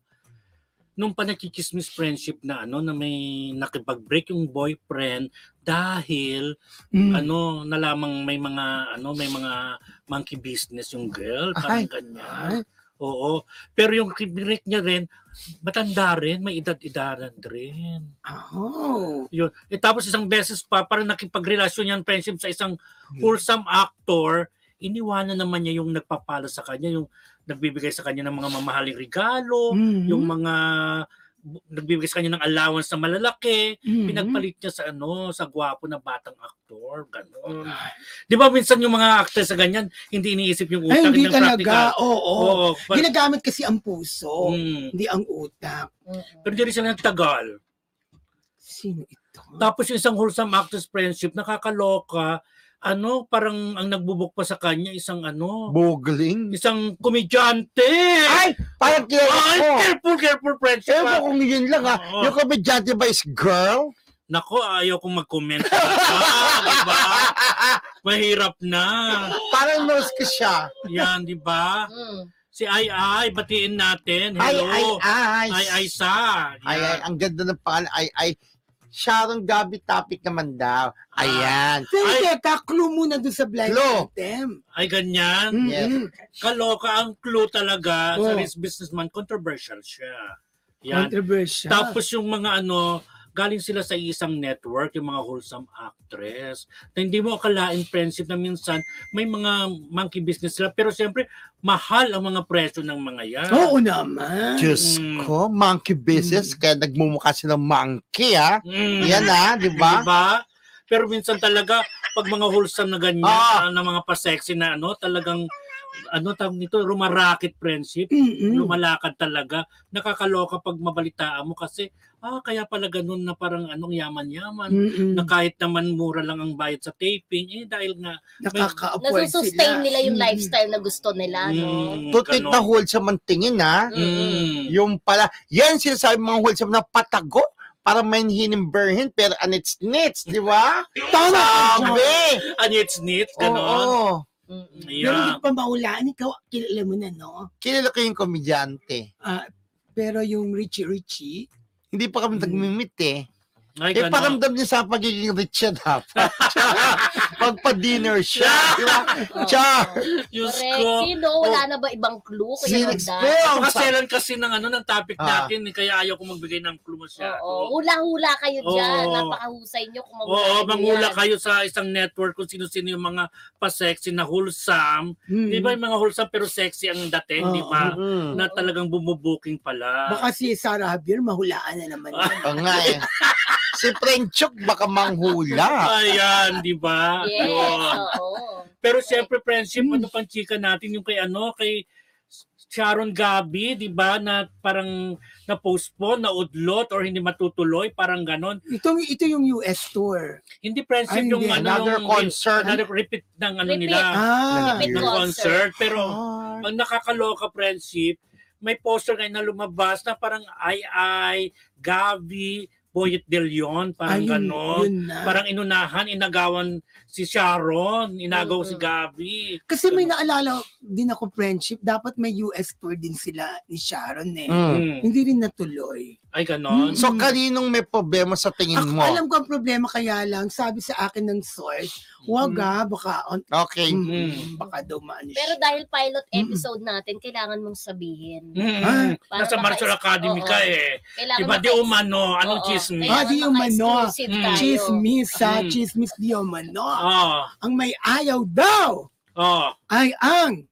Speaker 2: nung panakikismis friendship na ano, na may nakipag-break yung boyfriend dahil
Speaker 3: Mm.
Speaker 2: ano, nalamang may mga ano, may mga monkey business yung girl,
Speaker 5: Ay.
Speaker 2: parang ganyan. Oo. Pero yung kibirek niya rin, matanda rin, may edad-edaran rin.
Speaker 3: Oh.
Speaker 2: Yun. E tapos isang beses pa, parang nakipagrelasyon yan, friendship sa isang
Speaker 5: Hmm.
Speaker 2: wholesome actor, iniwanan naman niya yung nagpapala sa kanya, yung nagbibigay sa kanya ng mga mamahaling
Speaker 5: Hmm.
Speaker 2: regalo,
Speaker 3: Mhm.
Speaker 2: Mm. yung mga bu- nagbibigay sa kanya ng allowance na malalaki,
Speaker 3: Mhm.
Speaker 2: pinagpalit niya sa ano, sa gwapo na batang aktor, gano'n. Di ba minsan yung mga actor sa ganyan, hindi iniisip yung utak,
Speaker 3: Ay, hindi
Speaker 2: ang practical.
Speaker 3: talaga. Oo.
Speaker 2: Oo, pa-
Speaker 3: Ginagamit kasi ang puso,
Speaker 2: Mm.
Speaker 3: hindi ang utak.
Speaker 4: Mm-mm.
Speaker 2: Pero hindi rin sila nagtagal.
Speaker 3: Sino ito?
Speaker 2: Tapos yung isang wholesome actress friendship, nakakaloka, ano, parang ang nagbubok pa sa kanya, isang ano,
Speaker 5: Bogling.
Speaker 2: isang komedyante.
Speaker 5: Ay, parang kilala
Speaker 2: Ay,
Speaker 5: ko.
Speaker 2: careful, careful friendship.
Speaker 5: Ewan ko
Speaker 2: ah.
Speaker 5: kung yun lang ha.
Speaker 2: Oo.
Speaker 5: Yung kabadyante ba is girl?
Speaker 2: Nako, ayaw kong mag-comment. [laughs] ah, diba? Mahirap na.
Speaker 5: Parang nose ko siya.
Speaker 2: Yan, di ba?
Speaker 4: Mm.
Speaker 2: Si Ay Ay, batiin natin.
Speaker 5: Ay,
Speaker 2: Hello.
Speaker 5: ay, ay.
Speaker 2: Ay, ay, sa.
Speaker 5: Ay, ay, ang ganda ng pangalan. Ay, ay. Sharon Gabi topic naman daw. Ayan.
Speaker 3: Pero
Speaker 2: Ay.
Speaker 3: teka, clue muna dun sa blind
Speaker 5: Clue.
Speaker 3: item.
Speaker 2: Ay, ganyan.
Speaker 3: Mm-mm.
Speaker 5: Yes.
Speaker 2: Kaloka ang clue talaga sa
Speaker 5: Oh.
Speaker 3: Oo.
Speaker 2: rich businessman. Controversial siya. Yan.
Speaker 3: Controversial.
Speaker 2: Tapos yung mga ano, galing sila sa isang network, yung mga wholesome actress. Na hindi mo akalain friendship na minsan may mga monkey business sila. Pero siyempre, mahal ang mga presyo ng mga yan.
Speaker 3: Oo naman.
Speaker 5: Diyos
Speaker 2: Mm.
Speaker 5: ko, monkey business. Kaya nagmumukha silang monkey ha.
Speaker 2: Mm.
Speaker 5: Yan ha, di
Speaker 2: Diba?
Speaker 5: ba?
Speaker 2: Pero minsan talaga, pag mga wholesome na ganyan, ah,
Speaker 5: Ah.
Speaker 2: na mga pa-sexy na ano, talagang ano tawag nito, rumaracket friendship.
Speaker 5: Hmm.
Speaker 3: Mm-mm.
Speaker 2: lumalakad talaga. Nakakaloka pag mabalitaan mo kasi, ah, kaya pala ganun na parang anong yaman-yaman.
Speaker 5: Hmm.
Speaker 3: Mm-mm.
Speaker 2: Na kahit naman mura lang ang bayad sa taping, eh dahil nga,
Speaker 3: Nakaka-afford
Speaker 4: Nasusustain
Speaker 3: sila.
Speaker 4: nila yung
Speaker 3: Mm-mm.
Speaker 4: lifestyle na gusto nila, no?
Speaker 2: mm,
Speaker 5: Tutik na
Speaker 2: ganun.
Speaker 5: wholesome ang tingin ha.
Speaker 2: Mm.
Speaker 5: Yung pala, yan sinasabi mga wholesome na patago para manhinin berhin pero and it's nits, di ba?
Speaker 3: Tama!
Speaker 5: Sabi!
Speaker 2: And it's neat,
Speaker 5: Oo.
Speaker 2: ganun.
Speaker 4: Mm-mm.
Speaker 3: Pero hindi
Speaker 2: Yeah.
Speaker 3: ko pa maulaan. Ikaw, kilala mo na, no?
Speaker 5: Kilala ko yung komedyante.
Speaker 3: Ah, pero yung Richie Richie,
Speaker 5: Hindi pa kami
Speaker 3: Mm.
Speaker 5: nagmimit eh.
Speaker 2: Ay,
Speaker 5: Eh,
Speaker 2: ganun.
Speaker 5: paramdam niya sa pagiging rich siya dapat.
Speaker 3: [laughs]
Speaker 5: Pagpa-dinner siya. di ba?
Speaker 4: Oo.
Speaker 5: Char!
Speaker 2: Diyos
Speaker 4: Correct.
Speaker 2: ko.
Speaker 4: Sino? Wala na ba ibang clue? Kaya
Speaker 5: Sinex
Speaker 4: nagda.
Speaker 2: Napakaselan kasi ng ano ng topic
Speaker 5: Ah.
Speaker 2: natin, eh, kaya ayaw ko magbigay ng clue masyado.
Speaker 4: Oo. Hula-hula kayo
Speaker 2: Oo.
Speaker 4: dyan. Napakahusay nyo kung maghula
Speaker 2: Oo,
Speaker 4: kayo
Speaker 2: mangula
Speaker 4: yan.
Speaker 2: kayo sa isang network kung sino-sino yung mga pa-sexy na wholesome.
Speaker 3: Hmm.
Speaker 2: Di
Speaker 3: mm,
Speaker 2: ba yung mga wholesome pero sexy ang dating, di ba?
Speaker 5: Mm.
Speaker 2: Na talagang bumubuking pala.
Speaker 3: baka si Sarah Javier mahulaan na naman. yun.
Speaker 2: [laughs]
Speaker 5: Oo nga eh. Si Frenchuk baka manghula.
Speaker 2: Ayan, di ba?
Speaker 4: Yes,
Speaker 2: Yun.
Speaker 4: oo.
Speaker 2: Pero siyempre, friendship, ano pang chika natin, yung kay ano, kay Sharon Gabi, di ba, na parang na-postpone, na-udlot, or hindi matutuloy, parang ganon.
Speaker 3: Itong, ito yung US tour.
Speaker 2: Hindi friendship
Speaker 3: Ay,
Speaker 2: yung
Speaker 3: hindi.
Speaker 2: ano,
Speaker 5: Another
Speaker 2: yung
Speaker 5: concert.
Speaker 2: another repeat ng ano
Speaker 4: Repeat.
Speaker 2: nila,
Speaker 3: Ah,
Speaker 5: Nag-repeat
Speaker 2: ng
Speaker 4: Concert.
Speaker 2: concert. Pero,
Speaker 3: Ah.
Speaker 2: ang nakakaloka friendship, may poster ngayon na lumabas na parang Ay-Ay, Gabi, Boyet De Leon, parang
Speaker 3: Ayun,
Speaker 2: ganon.
Speaker 3: yun na.
Speaker 2: Parang inunahan, inagawan si Sharon, inagaw si
Speaker 4: Mm-mm.
Speaker 2: Gabi.
Speaker 3: Kasi may naalala din ako friendship, dapat may US tour din sila ni Sharon eh.
Speaker 5: Mm.
Speaker 2: Mm.
Speaker 3: Hindi rin natuloy.
Speaker 2: Ay, ganon.
Speaker 5: So, kaninong may problema sa tingin
Speaker 3: Ako,
Speaker 5: mo?
Speaker 3: alam ko ang problema kaya lang, sabi sa akin ng source, wag
Speaker 5: Mm.
Speaker 3: ah, baka, on,
Speaker 5: Okay.
Speaker 3: mm, baka daw maano
Speaker 4: Pero
Speaker 3: siya.
Speaker 4: dahil pilot episode natin, kailangan mong sabihin.
Speaker 2: Mm.
Speaker 3: Ah,
Speaker 4: para
Speaker 2: Nasa
Speaker 4: maka-
Speaker 2: Martial Academy
Speaker 4: Oo.
Speaker 2: ka eh.
Speaker 4: Kailangan
Speaker 2: Diba, di
Speaker 4: maka-
Speaker 2: umano. Anong
Speaker 4: Oo,
Speaker 2: chismis?
Speaker 4: kailangan
Speaker 3: Ah, di umano.
Speaker 4: maka-exclusive
Speaker 2: Mm.
Speaker 4: tayo.
Speaker 3: Chismis ha,
Speaker 2: Mm.
Speaker 3: chismis di umano.
Speaker 2: Oo.
Speaker 3: Ang may ayaw daw
Speaker 2: Oo.
Speaker 3: ay ang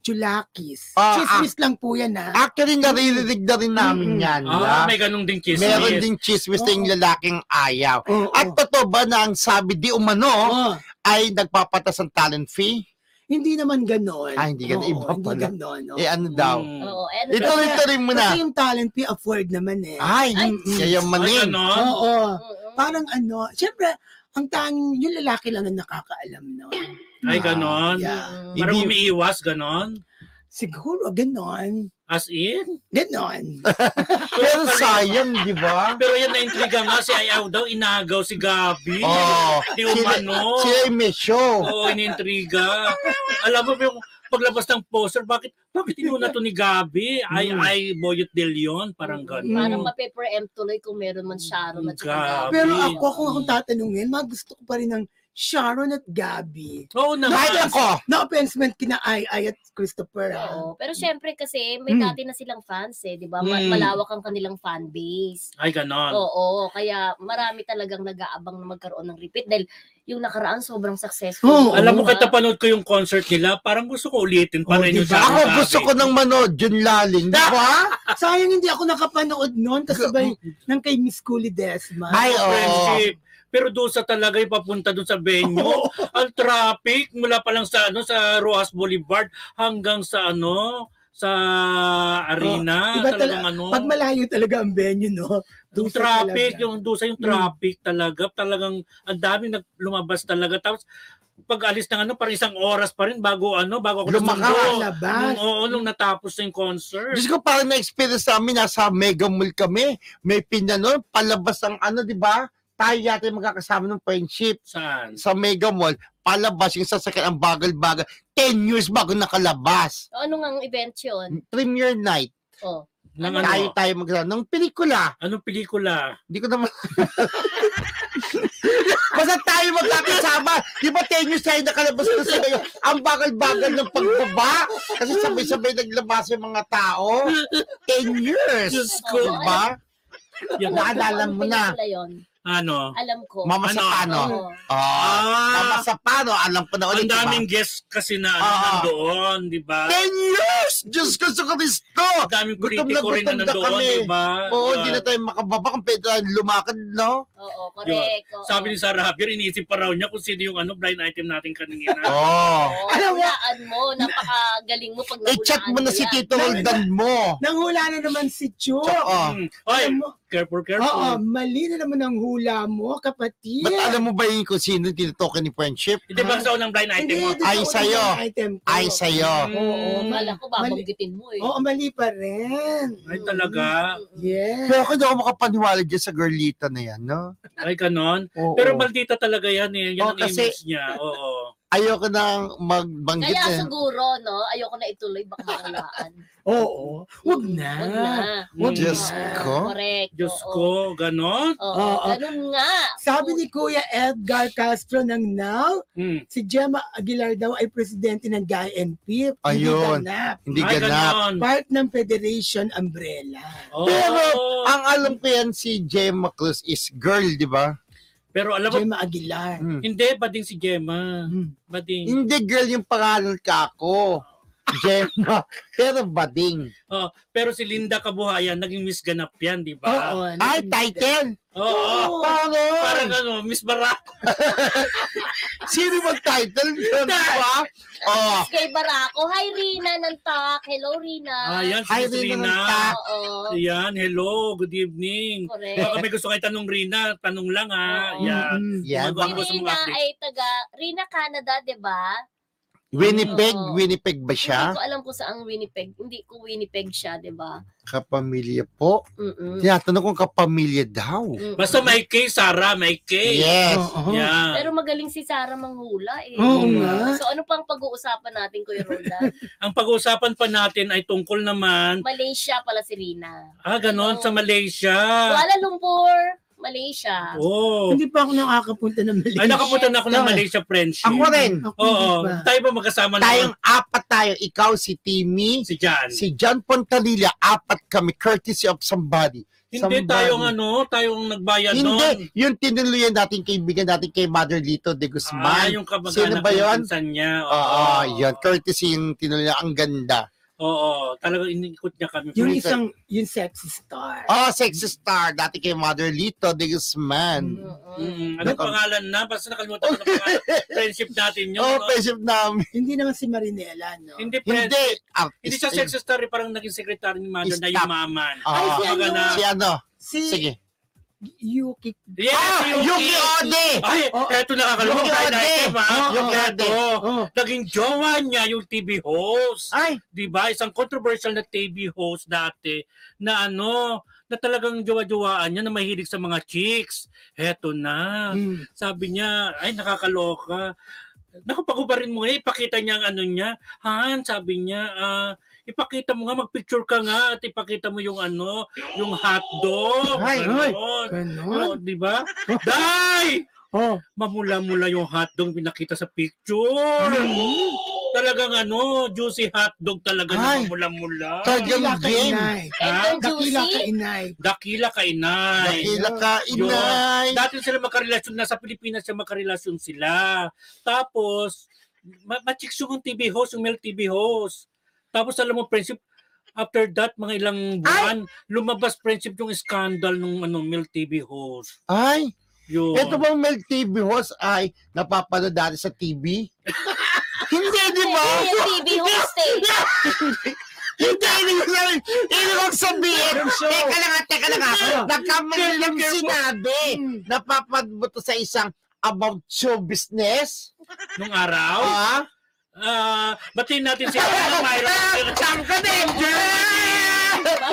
Speaker 3: Chulakis.
Speaker 5: Ah,
Speaker 3: Chismis lang po yan ha.
Speaker 5: Actually, naririnig na rin namin
Speaker 3: Mm.
Speaker 5: yan.
Speaker 2: Ah,
Speaker 5: ah.
Speaker 2: may Oh. ganong ding chismis.
Speaker 5: Meron ding chismis na yung lalaking ayaw.
Speaker 3: Oo,
Speaker 2: Oh.
Speaker 5: At totoo ba na ang sabi di umano
Speaker 3: oo.
Speaker 5: ay nagpapatas ang talent fee?
Speaker 3: Hindi naman ganon.
Speaker 5: Ah, hindi ganon.
Speaker 3: Oo,
Speaker 5: Iba
Speaker 3: hindi
Speaker 5: pala.
Speaker 3: ganon, oo.
Speaker 5: Eh ano daw?
Speaker 2: Mm.
Speaker 4: Oo, and
Speaker 5: Ito rin mo na. Ah,
Speaker 3: Kasi yung talent fee afford naman eh.
Speaker 5: Ay, hmm,
Speaker 4: Ay,
Speaker 2: Ay, ano?
Speaker 5: yayamanin.
Speaker 2: ganon.
Speaker 3: Oo.
Speaker 4: Mm-mm.
Speaker 3: Parang ano, syempre, ang tanging, yung lalaki lang ang nakakaalam
Speaker 2: [clears throat]
Speaker 3: nun.
Speaker 2: Ay, ganon.
Speaker 3: Yeah.
Speaker 4: Mm.
Speaker 2: Parang
Speaker 5: Hindi-
Speaker 2: umiiwas, ganon.
Speaker 3: Siguro, ganon.
Speaker 2: As in.
Speaker 3: Ganon.
Speaker 5: Pero sayang, di
Speaker 2: [laughs]
Speaker 5: ba?
Speaker 2: Pero yan na-intriga nga si Ayaw daw, inagaw si Gabi.
Speaker 5: Oo.
Speaker 2: Di
Speaker 5: Sila,
Speaker 2: umano.
Speaker 5: sila yung Oh. may show.
Speaker 2: Oo, inintriga. Alam mo ba yung paglabas ng poster, bakit bakit inuna to ni Gabi? Ay,
Speaker 5: Hmm.
Speaker 2: ay, Boyot De Leon, parang gano'n.
Speaker 4: Hmm. Parang mape-preempt tuloy kung meron man Sharon at saka
Speaker 2: Grabe.
Speaker 3: Pero ako, kung akong tatanungin, mga gusto ko pa rin ng Sharon at Gabby.
Speaker 2: Oo
Speaker 5: Kahit
Speaker 2: naman.
Speaker 5: ako,
Speaker 3: Na-offensement kina Ay Ay at Christopher. ha?
Speaker 4: Oo. Pero syempre kasi may
Speaker 3: Mm.
Speaker 4: dati na silang fans eh, 'di ba? Ma-
Speaker 2: Mm.
Speaker 4: Malawak ang kanilang fan base.
Speaker 2: Ay, ganon.
Speaker 4: Oo, kaya marami talagang nag-aabang na magkaroon ng repeat dahil yung nakaraan sobrang successful.
Speaker 3: Oo.
Speaker 2: Alam mo,
Speaker 4: Diba?
Speaker 2: kahit napanood ko yung concert nila, parang gusto ko ulitin pa
Speaker 3: Oo,
Speaker 2: rin yung
Speaker 3: diba?
Speaker 2: Sharon
Speaker 5: ako
Speaker 2: Gabi.
Speaker 5: gusto ko ng manood yun laling, di ba?
Speaker 3: Sayang hindi ako nakapanood noon kasabay ng kay Miss Coolie Desma.
Speaker 5: Ay, oo.
Speaker 2: Friendship. Pero doon sa talaga yung papunta doon sa venue, ang traffic mula pa lang sa ano sa Rojas Boulevard hanggang sa ano sa arena,
Speaker 3: Iba
Speaker 2: talagang
Speaker 3: tala-
Speaker 2: ano.
Speaker 3: Pag malayo talaga ang venue, no?
Speaker 2: Yung
Speaker 3: Dusa
Speaker 2: traffic,
Speaker 3: talaga.
Speaker 2: yung doon sa yung
Speaker 3: Mm.
Speaker 2: traffic talaga, talagang ang dami nag lumabas talaga. Tapos pag alis ng ano, parang isang oras pa rin bago ano, bago ako
Speaker 5: Lumakas.
Speaker 2: nasundo.
Speaker 3: Labas.
Speaker 2: Nung, oo, nung natapos na yung concert.
Speaker 5: Diyos ko, parang na-experience namin, nasa Mega Mall kami, may pinanood, palabas ng ano, di ba? Tayo yata yung magkakasama ng friendship
Speaker 2: Saan?
Speaker 5: sa Mega Mall, palabas yung sasakyan, ang bagal-bagal. 10 years bago nakalabas.
Speaker 4: Ano nga ang event yun?
Speaker 5: Premiere night.
Speaker 4: Oh.
Speaker 2: Nang
Speaker 4: Ano?
Speaker 5: Tayo
Speaker 2: ano?
Speaker 5: tayo magkasama. Nung pelikula,
Speaker 2: Anong
Speaker 3: [laughs]
Speaker 2: pelikula?
Speaker 5: hindi ko naman... [laughs] Basta tayo magkakasama. Di ba 10 years tayo nakalabas na sa kayo? Ang bagal-bagal ng pagbaba. Kasi sabay-sabay naglabas yung mga tao. 10 years.
Speaker 2: Diyos
Speaker 4: ko.
Speaker 5: Diba?
Speaker 2: Yan.
Speaker 5: Naalala mo na.
Speaker 4: Ano yun?
Speaker 2: Ano?
Speaker 4: Alam ko.
Speaker 5: Mama sa
Speaker 2: Ano?
Speaker 5: pano.
Speaker 4: Oo.
Speaker 5: Oh, mama
Speaker 2: Ah,
Speaker 5: sa pano. Alam ko na
Speaker 2: ang
Speaker 5: ulit. diba?
Speaker 2: daming guests kasi na
Speaker 5: Ah.
Speaker 2: nandoon, di ba?
Speaker 5: 10 years! Diyos ko sa Kristo!
Speaker 2: Ang daming
Speaker 5: Gutom na
Speaker 2: kritiko rin na
Speaker 5: gutom na
Speaker 2: nandoon,
Speaker 5: kami.
Speaker 2: di ba? Ah,
Speaker 5: Oo, hindi na tayo makababa kung pwede tayo lumakad, no?
Speaker 4: Oo, correct. oo.
Speaker 2: Sabi ni Sarah Javier, iniisip pa raw niya kung sino yung ano, blind item natin kanina.
Speaker 5: [laughs] Oo.
Speaker 2: Oh.
Speaker 4: Oo,
Speaker 3: Alam mo-
Speaker 4: hulaan mo, napakagaling mo pag nahulaan
Speaker 5: I-check Eh, mo na si
Speaker 4: yan.
Speaker 5: Tito Roldan mo.
Speaker 3: Nanghula na naman si Chu.
Speaker 5: Oo.
Speaker 2: Hmm. Oy,
Speaker 3: Alam mo-
Speaker 2: careful,
Speaker 3: Oo,
Speaker 2: careful.
Speaker 3: mali na naman ang hula mo, kapatid.
Speaker 5: Ba't alam mo ba yun kung sino yung tinutukoy ni Friendship?
Speaker 2: Hindi Eh, ba sa unang blind item
Speaker 3: Hindi,
Speaker 2: mo?
Speaker 3: ito
Speaker 5: Ay,
Speaker 3: sa
Speaker 5: sa'yo.
Speaker 3: unang Item ko.
Speaker 5: Ay,
Speaker 3: Mm,
Speaker 5: sa'yo.
Speaker 4: Oo, kala ko babanggitin mo eh.
Speaker 3: Oo, mali pa rin.
Speaker 2: Ay, talaga.
Speaker 3: Yes.
Speaker 5: Pero ako hindi ako makapaniwala dyan sa girlita na yan, no?
Speaker 2: Ay, kanon.
Speaker 5: Oo.
Speaker 2: Pero maldita talaga yan eh. Yan
Speaker 5: Oo,
Speaker 2: ang
Speaker 5: kasi-
Speaker 2: image niya.
Speaker 5: [laughs]
Speaker 2: Oo.
Speaker 5: Ayoko na magbanggit eh.
Speaker 4: Kaya siguro, no, ayoko na ituloy, baka makulaan.
Speaker 3: Oo, wag na.
Speaker 4: Huwag na.
Speaker 3: Wag
Speaker 2: Mm.
Speaker 5: Diyos
Speaker 3: na.
Speaker 5: ko.
Speaker 4: Correct.
Speaker 2: Diyos
Speaker 4: oo.
Speaker 2: ko, ganon.
Speaker 4: Oo,
Speaker 3: Oo.
Speaker 4: ganun nga.
Speaker 3: Sabi ni Kuya Edgar Castro ng now,
Speaker 2: Mm.
Speaker 3: si Gemma Aguilar daw ay presidente ng GANP.
Speaker 5: Ayun.
Speaker 3: Na,
Speaker 5: Hindi
Speaker 2: Ay,
Speaker 5: ganap.
Speaker 2: ganon.
Speaker 3: part ng Federation Umbrella.
Speaker 2: Oo.
Speaker 5: Pero, ah, Ang alam ko yan si Gemma Cruz is girl, di ba?
Speaker 2: pero alam mo,
Speaker 3: Gemma Aguilar.
Speaker 5: Hmm.
Speaker 2: hindi, bading si Gemma.
Speaker 3: Mm.
Speaker 2: Bading.
Speaker 5: Hindi girl yung pangalan ka ako. Gemma. [laughs] Pero bading.
Speaker 2: Oh, pero si Linda Kabuhayan, naging Miss Ganap yan, di
Speaker 3: Oo.
Speaker 2: ba?
Speaker 5: Ah, Ay, title!
Speaker 2: Oo.
Speaker 3: Oo.
Speaker 5: Parang
Speaker 2: Parang ano, Miss Barako.
Speaker 5: Sino mag-title? Yun, di ba? Oh,
Speaker 4: Kay Barako. Hi, Rina ng TAC. Hello, Rina.
Speaker 2: Ayan, Ah, si
Speaker 5: Hi,
Speaker 2: Miss
Speaker 5: Rina ng
Speaker 2: Rina.
Speaker 5: TAC.
Speaker 4: Oo,
Speaker 2: Ayan, hello, good evening.
Speaker 4: correct.
Speaker 2: Baka may gusto kayo tanong Rina, tanong lang ha.
Speaker 4: Oo.
Speaker 2: Ayan.
Speaker 3: Mm.
Speaker 5: yeah.
Speaker 2: Magawa ko sa mga
Speaker 4: Si Rina
Speaker 2: update.
Speaker 4: ay taga Rina, Canada, di ba?
Speaker 5: Winnipeg,
Speaker 2: Oh.
Speaker 4: Oo.
Speaker 5: Winnipeg ba
Speaker 4: Hindi
Speaker 5: siya?
Speaker 4: ko alam kung saan Winnipeg. Hindi ko Winnipeg siya, di ba?
Speaker 5: Kapamilya po.
Speaker 4: Mm-mm.
Speaker 5: Tinatanong kung kapamilya daw.
Speaker 4: Mm-mm.
Speaker 2: Basta may K, Sarah, may K.
Speaker 5: Yes.
Speaker 2: Oh.
Speaker 3: Oo.
Speaker 2: Ayan.
Speaker 4: Pero magaling si Sarah manghula eh.
Speaker 3: Oo nga.
Speaker 4: So ano pang pag-uusapan natin, Kuya Roldan?
Speaker 2: Ang pag-uusapan pa natin ay tungkol naman,
Speaker 4: Malaysia pala si Rina.
Speaker 2: ah, ganon, sa Malaysia.
Speaker 4: Kuala Lumpur, Malaysia.
Speaker 2: Oh.
Speaker 3: Hindi pa ako nakakapunta ng Malaysia.
Speaker 2: Ay, nakapunta na ako ng
Speaker 5: Yes.
Speaker 2: Malaysia friendship.
Speaker 5: Ako rin.
Speaker 3: Ako
Speaker 2: Oo.
Speaker 3: hindi pa.
Speaker 2: Tayo ba magkasama
Speaker 5: Tayong apat tayo. Ikaw, si Timmy,
Speaker 2: naman si Jan?
Speaker 5: si John Pontalilla, apat kami, courtesy of somebody.
Speaker 2: Hindi
Speaker 5: somebody.
Speaker 2: tayong ano, tayong nagbayad
Speaker 5: Hindi,
Speaker 2: nun.
Speaker 5: yung tinuluyan natin, kaibigan natin kay Mother Lito de
Speaker 2: Ah,
Speaker 5: Guzman.
Speaker 2: yung kamag-anak
Speaker 5: Sino ba
Speaker 2: ng
Speaker 5: yun?
Speaker 2: pinsan niya.
Speaker 5: Oo,
Speaker 2: Oo.
Speaker 5: yun. Courtesy yung tinuluyan. Ang ganda.
Speaker 2: Oo, talagang inikot niya kami.
Speaker 3: Yung
Speaker 5: Wait,
Speaker 3: isang, yung sexy star.
Speaker 5: Oh, sexy star. Dati kay Mother Lito de Guzman.
Speaker 4: Mm-mm.
Speaker 2: Mm, anong
Speaker 5: Nako.
Speaker 2: pangalan na? Basta nakalimutan ko ng pangalan. Friendship natin yun.
Speaker 5: Oh,
Speaker 2: no?
Speaker 5: friendship namin.
Speaker 3: Hindi naman si Marinela, no?
Speaker 2: Hindi, ano, friend.
Speaker 5: Hindi. Ah, Artist.
Speaker 2: Hindi siya sex story, parang naging secretary ni mother na
Speaker 5: Stop.
Speaker 2: yung maman.
Speaker 5: Oo.
Speaker 4: Ah,
Speaker 3: Ay, si ano?
Speaker 2: Magana.
Speaker 5: si ano?
Speaker 3: Si
Speaker 5: Sige.
Speaker 3: Yuki.
Speaker 2: Yes,
Speaker 5: Ah, Yuki Ode!
Speaker 2: Ay,
Speaker 3: Oh,
Speaker 2: eto nakakalaman.
Speaker 5: Yuki
Speaker 2: Yuki
Speaker 5: Ode! Oh, Yuki Ode.
Speaker 3: Oh.
Speaker 2: Naging jowa niya yung TV host.
Speaker 3: Ay,
Speaker 2: di ba? Isang controversial na TV host dati na ano, na talagang jowa-jowaan niya na mahilig sa mga chicks. Heto na.
Speaker 3: Mm.
Speaker 2: Sabi niya, ay nakakaloka. Naku, pagubarin mo nga, ipakita niya ang ano niya. Han, sabi niya, ah, ipakita mo nga, magpicture ka nga at ipakita mo yung ano, yung hotdog.
Speaker 5: Ay,
Speaker 2: ay.
Speaker 3: Ganon.
Speaker 2: di ba? Day!
Speaker 3: Oh.
Speaker 2: Mamula-mula yung hotdog pinakita sa picture. Talagang ano, juicy hotdog talaga na
Speaker 5: Ay.
Speaker 2: mamula-mula.
Speaker 5: Talagang
Speaker 3: Dakila ka
Speaker 5: game.
Speaker 3: inay.
Speaker 4: And then
Speaker 3: Dakila ka
Speaker 4: juicy.
Speaker 3: inay.
Speaker 2: Dakila ka inay.
Speaker 5: Dakila ka, inay.
Speaker 2: Dati sila magkarelasyon, nasa Pilipinas siya magkarelasyon sila. Tapos, ma- machicks yung TV host, yung male TV host. Tapos alam mo, friendship, after that, mga ilang buwan, lumabas friendship yung scandal ng ano, male TV host.
Speaker 5: Ay,
Speaker 2: Yun.
Speaker 5: ito bang Mel TV host ay napapanood dati sa TV? [laughs] Hindi, di ba?
Speaker 4: Hindi, yung TV host eh.
Speaker 5: Hindi, hindi ko sabihin. Hindi ko sabihin. Teka lang, nga, teka lang. nga. Nagkamali lang sinabi.
Speaker 2: Hmm.
Speaker 5: Napapanood mo to sa isang about show business?
Speaker 2: Nung araw, [laughs]
Speaker 5: Ah?
Speaker 2: ah, batiin natin si
Speaker 5: Saan ka na, Angel?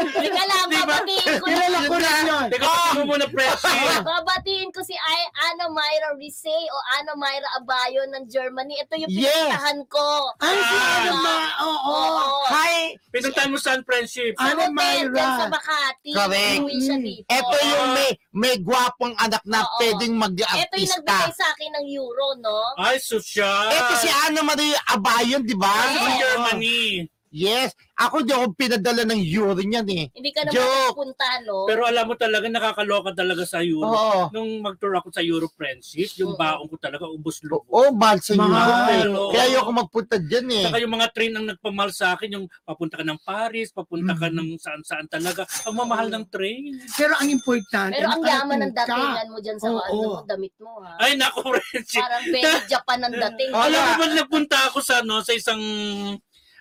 Speaker 4: Teka lang,
Speaker 2: Di ba?
Speaker 4: babatiin ko na.
Speaker 3: Kilala ko rin yun.
Speaker 2: Teka, patingin mo muna, Presi.
Speaker 4: Babatiin ko si I- Ana Myra Risey o Ana Myra Abayo ng Germany. Ito yung
Speaker 5: Yes.
Speaker 4: pinuntahan ko.
Speaker 3: Ay, si
Speaker 2: Ah.
Speaker 3: ano ma? Oo.
Speaker 4: Oo.
Speaker 5: Hi,
Speaker 2: Pinuntahan mo saan, friendship?
Speaker 4: Sa
Speaker 3: Ana
Speaker 4: hotel,
Speaker 3: Myra.
Speaker 4: dyan sa Makati.
Speaker 5: Correct.
Speaker 4: Uwi siya dito.
Speaker 5: Ito yung may, may gwapong anak na
Speaker 4: Oo.
Speaker 5: pwedeng
Speaker 4: Ito yung
Speaker 5: mag-artista.
Speaker 4: nagbigay sa akin ng euro, no?
Speaker 2: Ay, social.
Speaker 5: Ito si Ana Maria Abayon, di ba?
Speaker 2: Ay, sa Germany.
Speaker 5: Yes. Ako di ako pinadala ng urine yan eh.
Speaker 4: Hindi ka naman
Speaker 5: Joke.
Speaker 4: pupunta, no?
Speaker 2: Pero alam mo talaga, nakakaloka talaga sa Europe.
Speaker 5: Oo.
Speaker 2: [laughs] Nung mag-tour ako sa Europe, Francis, yung
Speaker 4: Oo.
Speaker 2: baon ko talaga, ubos lubo.
Speaker 5: Oo, oh, mahal sa
Speaker 3: Mahal.
Speaker 5: urine. Kaya ayoko magpunta dyan eh.
Speaker 2: Saka yung mga train ang nagpamahal sa akin, yung papunta ka ng Paris, papunta ka ng saan-saan talaga. Ang mamahal ng train.
Speaker 3: Pero ang importante,
Speaker 4: Pero ang yaman ng
Speaker 3: nakarating ka.
Speaker 4: datingan mo dyan sa
Speaker 3: Oo.
Speaker 4: ano mo, damit mo, ha?
Speaker 2: Ay, naku, [laughs] Francis.
Speaker 4: Parang very Japan ang dating.
Speaker 5: Wala.
Speaker 2: Alam mo ba nagpunta ako sa ano sa isang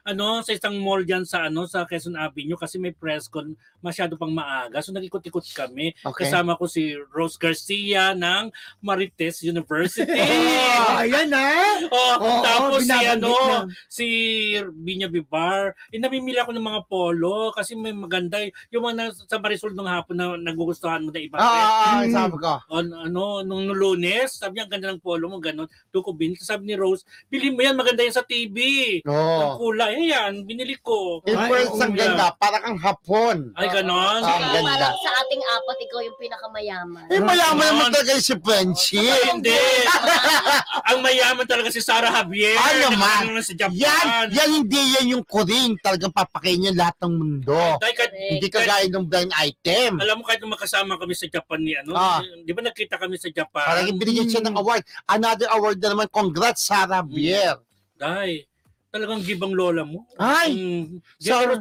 Speaker 2: ano sa isang mall diyan sa ano sa Quezon Avenue kasi may press con masyado pang maaga so nagikot-ikot kami
Speaker 5: Okay.
Speaker 2: kasama ko si Rose Garcia ng Marites
Speaker 3: [laughs]
Speaker 2: University. [laughs]
Speaker 3: Oh, ayan eh.
Speaker 2: oh,
Speaker 3: Oo,
Speaker 2: tapos si
Speaker 3: binabanggit
Speaker 2: ano
Speaker 3: na.
Speaker 2: si Binya Bibar, eh, namimili ako ng mga polo kasi may maganda eh. yung mga nasa- sa Marisol ng hapon na nagugustuhan mo na iba.
Speaker 5: Oo, ah,
Speaker 3: Mm.
Speaker 5: sabi ko.
Speaker 2: on ano nung lunes, sabi niya ang ganda ng polo mo ganun. Tukubin, sabi ni Rose, bili mo yan maganda yan sa TV.
Speaker 5: Oo.
Speaker 2: Ang kulay eh, yan, binili ko.
Speaker 5: In
Speaker 3: Ay,
Speaker 5: person, ang
Speaker 2: oo.
Speaker 5: ganda. Parang ang hapon.
Speaker 2: Ay ganon.
Speaker 5: Ah, ang
Speaker 4: Ikaw,
Speaker 5: ganda.
Speaker 4: Parang sa ating apat, ikaw yung pinakamayaman.
Speaker 5: Eh, mayaman
Speaker 2: Ganon.
Speaker 5: naman talaga si Frenchie.
Speaker 2: Ay, hindi. [laughs] ang mayaman talaga si Sarah Javier.
Speaker 5: Ay, naman.
Speaker 2: Nakakaroon na Sa Japan.
Speaker 5: Yan, yan hindi yan yung kuring talagang papakain niya lahat ng mundo.
Speaker 2: Dahil kahit-
Speaker 4: Correct.
Speaker 5: Hindi kagaya ng blind item.
Speaker 2: alam mo kahit nung makasama kami sa Japan ni ano,
Speaker 5: Ah.
Speaker 2: di ba nakita kami sa Japan?
Speaker 5: Parang ibinigyan siya ng award. Another award na naman. Congrats, Sarah Bier.
Speaker 2: Dahil, talagang gibang lola mo.
Speaker 5: Ay,
Speaker 2: Mm.
Speaker 5: Sarah-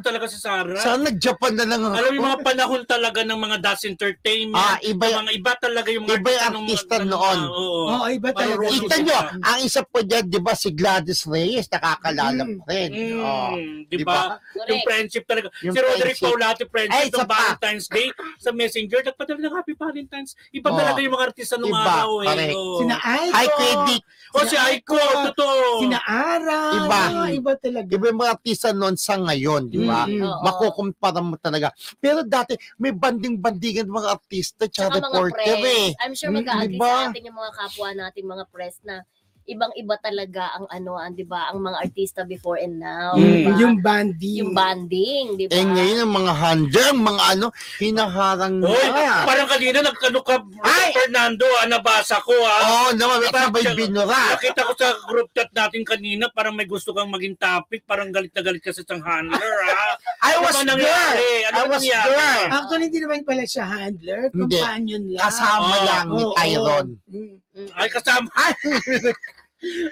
Speaker 2: Sarah. talaga si Sarah.
Speaker 5: sana nag-Japan na lang.
Speaker 2: Alam mo yung mga panahon talaga ng mga Das Entertainment.
Speaker 5: Ah, iba
Speaker 2: Yung mga iba talaga yung mga
Speaker 5: Iba yung
Speaker 2: nung-
Speaker 5: artista
Speaker 2: nung-
Speaker 5: noon.
Speaker 2: ah, oo.
Speaker 3: Oo, iba
Speaker 2: Parang
Speaker 3: talaga.
Speaker 2: Rose
Speaker 5: Kita
Speaker 2: Rosita.
Speaker 5: nyo, ang isa po dyan, di ba, si Gladys Reyes, nakakalala
Speaker 3: Mm.
Speaker 5: pa rin.
Speaker 2: Mm,
Speaker 5: Oh.
Speaker 2: di
Speaker 5: Diba?
Speaker 2: ba? Yung
Speaker 4: Correct.
Speaker 2: friendship talaga.
Speaker 5: Yung
Speaker 2: si Roderick
Speaker 5: friendship.
Speaker 2: Paulati friendship
Speaker 5: Ay,
Speaker 2: Ay,
Speaker 5: isa pa.
Speaker 2: Valentine's Day sa Messenger. Nagpadala ng Happy Valentine's. Iba
Speaker 5: Oo.
Speaker 2: talaga yung mga artista nung
Speaker 5: Iba,
Speaker 2: araw. Eh,
Speaker 5: correct.
Speaker 2: oo.
Speaker 3: Sina Aiko.
Speaker 5: Ay, credit.
Speaker 2: o si Aiko, totoo.
Speaker 3: Sina Ara.
Speaker 5: Iba.
Speaker 3: Oo, iba talaga.
Speaker 5: Iba yung mga artista noon sa ngayon, di ba?
Speaker 3: Mm.
Speaker 4: Oo.
Speaker 5: Makukumpara mo talaga. Pero dati, may banding-bandingan mga artista tsaka
Speaker 4: Tsaka mga
Speaker 5: reporter eh.
Speaker 4: press. I'm sure
Speaker 5: Mm,
Speaker 4: mag-agree
Speaker 5: diba?
Speaker 4: sa atin yung mga kapwa natin, mga press na ibang-iba talaga ang ano, ang, 'di ba, ang mga artista before and now,
Speaker 2: Mm.
Speaker 4: 'di ba?
Speaker 3: Yung banding.
Speaker 4: Yung diba? banding, 'di ba?
Speaker 5: Hmm, Eh ngayon, ang mga handa, ang mga ano, hinaharang
Speaker 2: Hoy,
Speaker 5: na.
Speaker 2: parang kanina nagkano ka,
Speaker 5: Ay!
Speaker 2: Fernando, ah, nabasa ko ah.
Speaker 5: Oo, oh, naman, may
Speaker 2: Parang
Speaker 5: sabay
Speaker 2: siya-
Speaker 5: binura.
Speaker 2: Nakita ko sa group chat natin kanina, parang may gusto kang maging topic, parang galit na galit ka sa isang handler, ah.
Speaker 5: I
Speaker 2: Ano ba
Speaker 5: was there!
Speaker 2: nangyari? Ano
Speaker 5: I
Speaker 2: ba
Speaker 5: was
Speaker 2: nangyari?
Speaker 5: there!
Speaker 3: Actually, hindi naman pala siya handler.
Speaker 5: Hindi.
Speaker 3: Companion lang.
Speaker 5: Kasama
Speaker 2: Oo.
Speaker 5: lang ni
Speaker 3: Oo.
Speaker 5: Tyron.
Speaker 3: Mm.
Speaker 4: Mm.
Speaker 2: Ay, kasama. [laughs]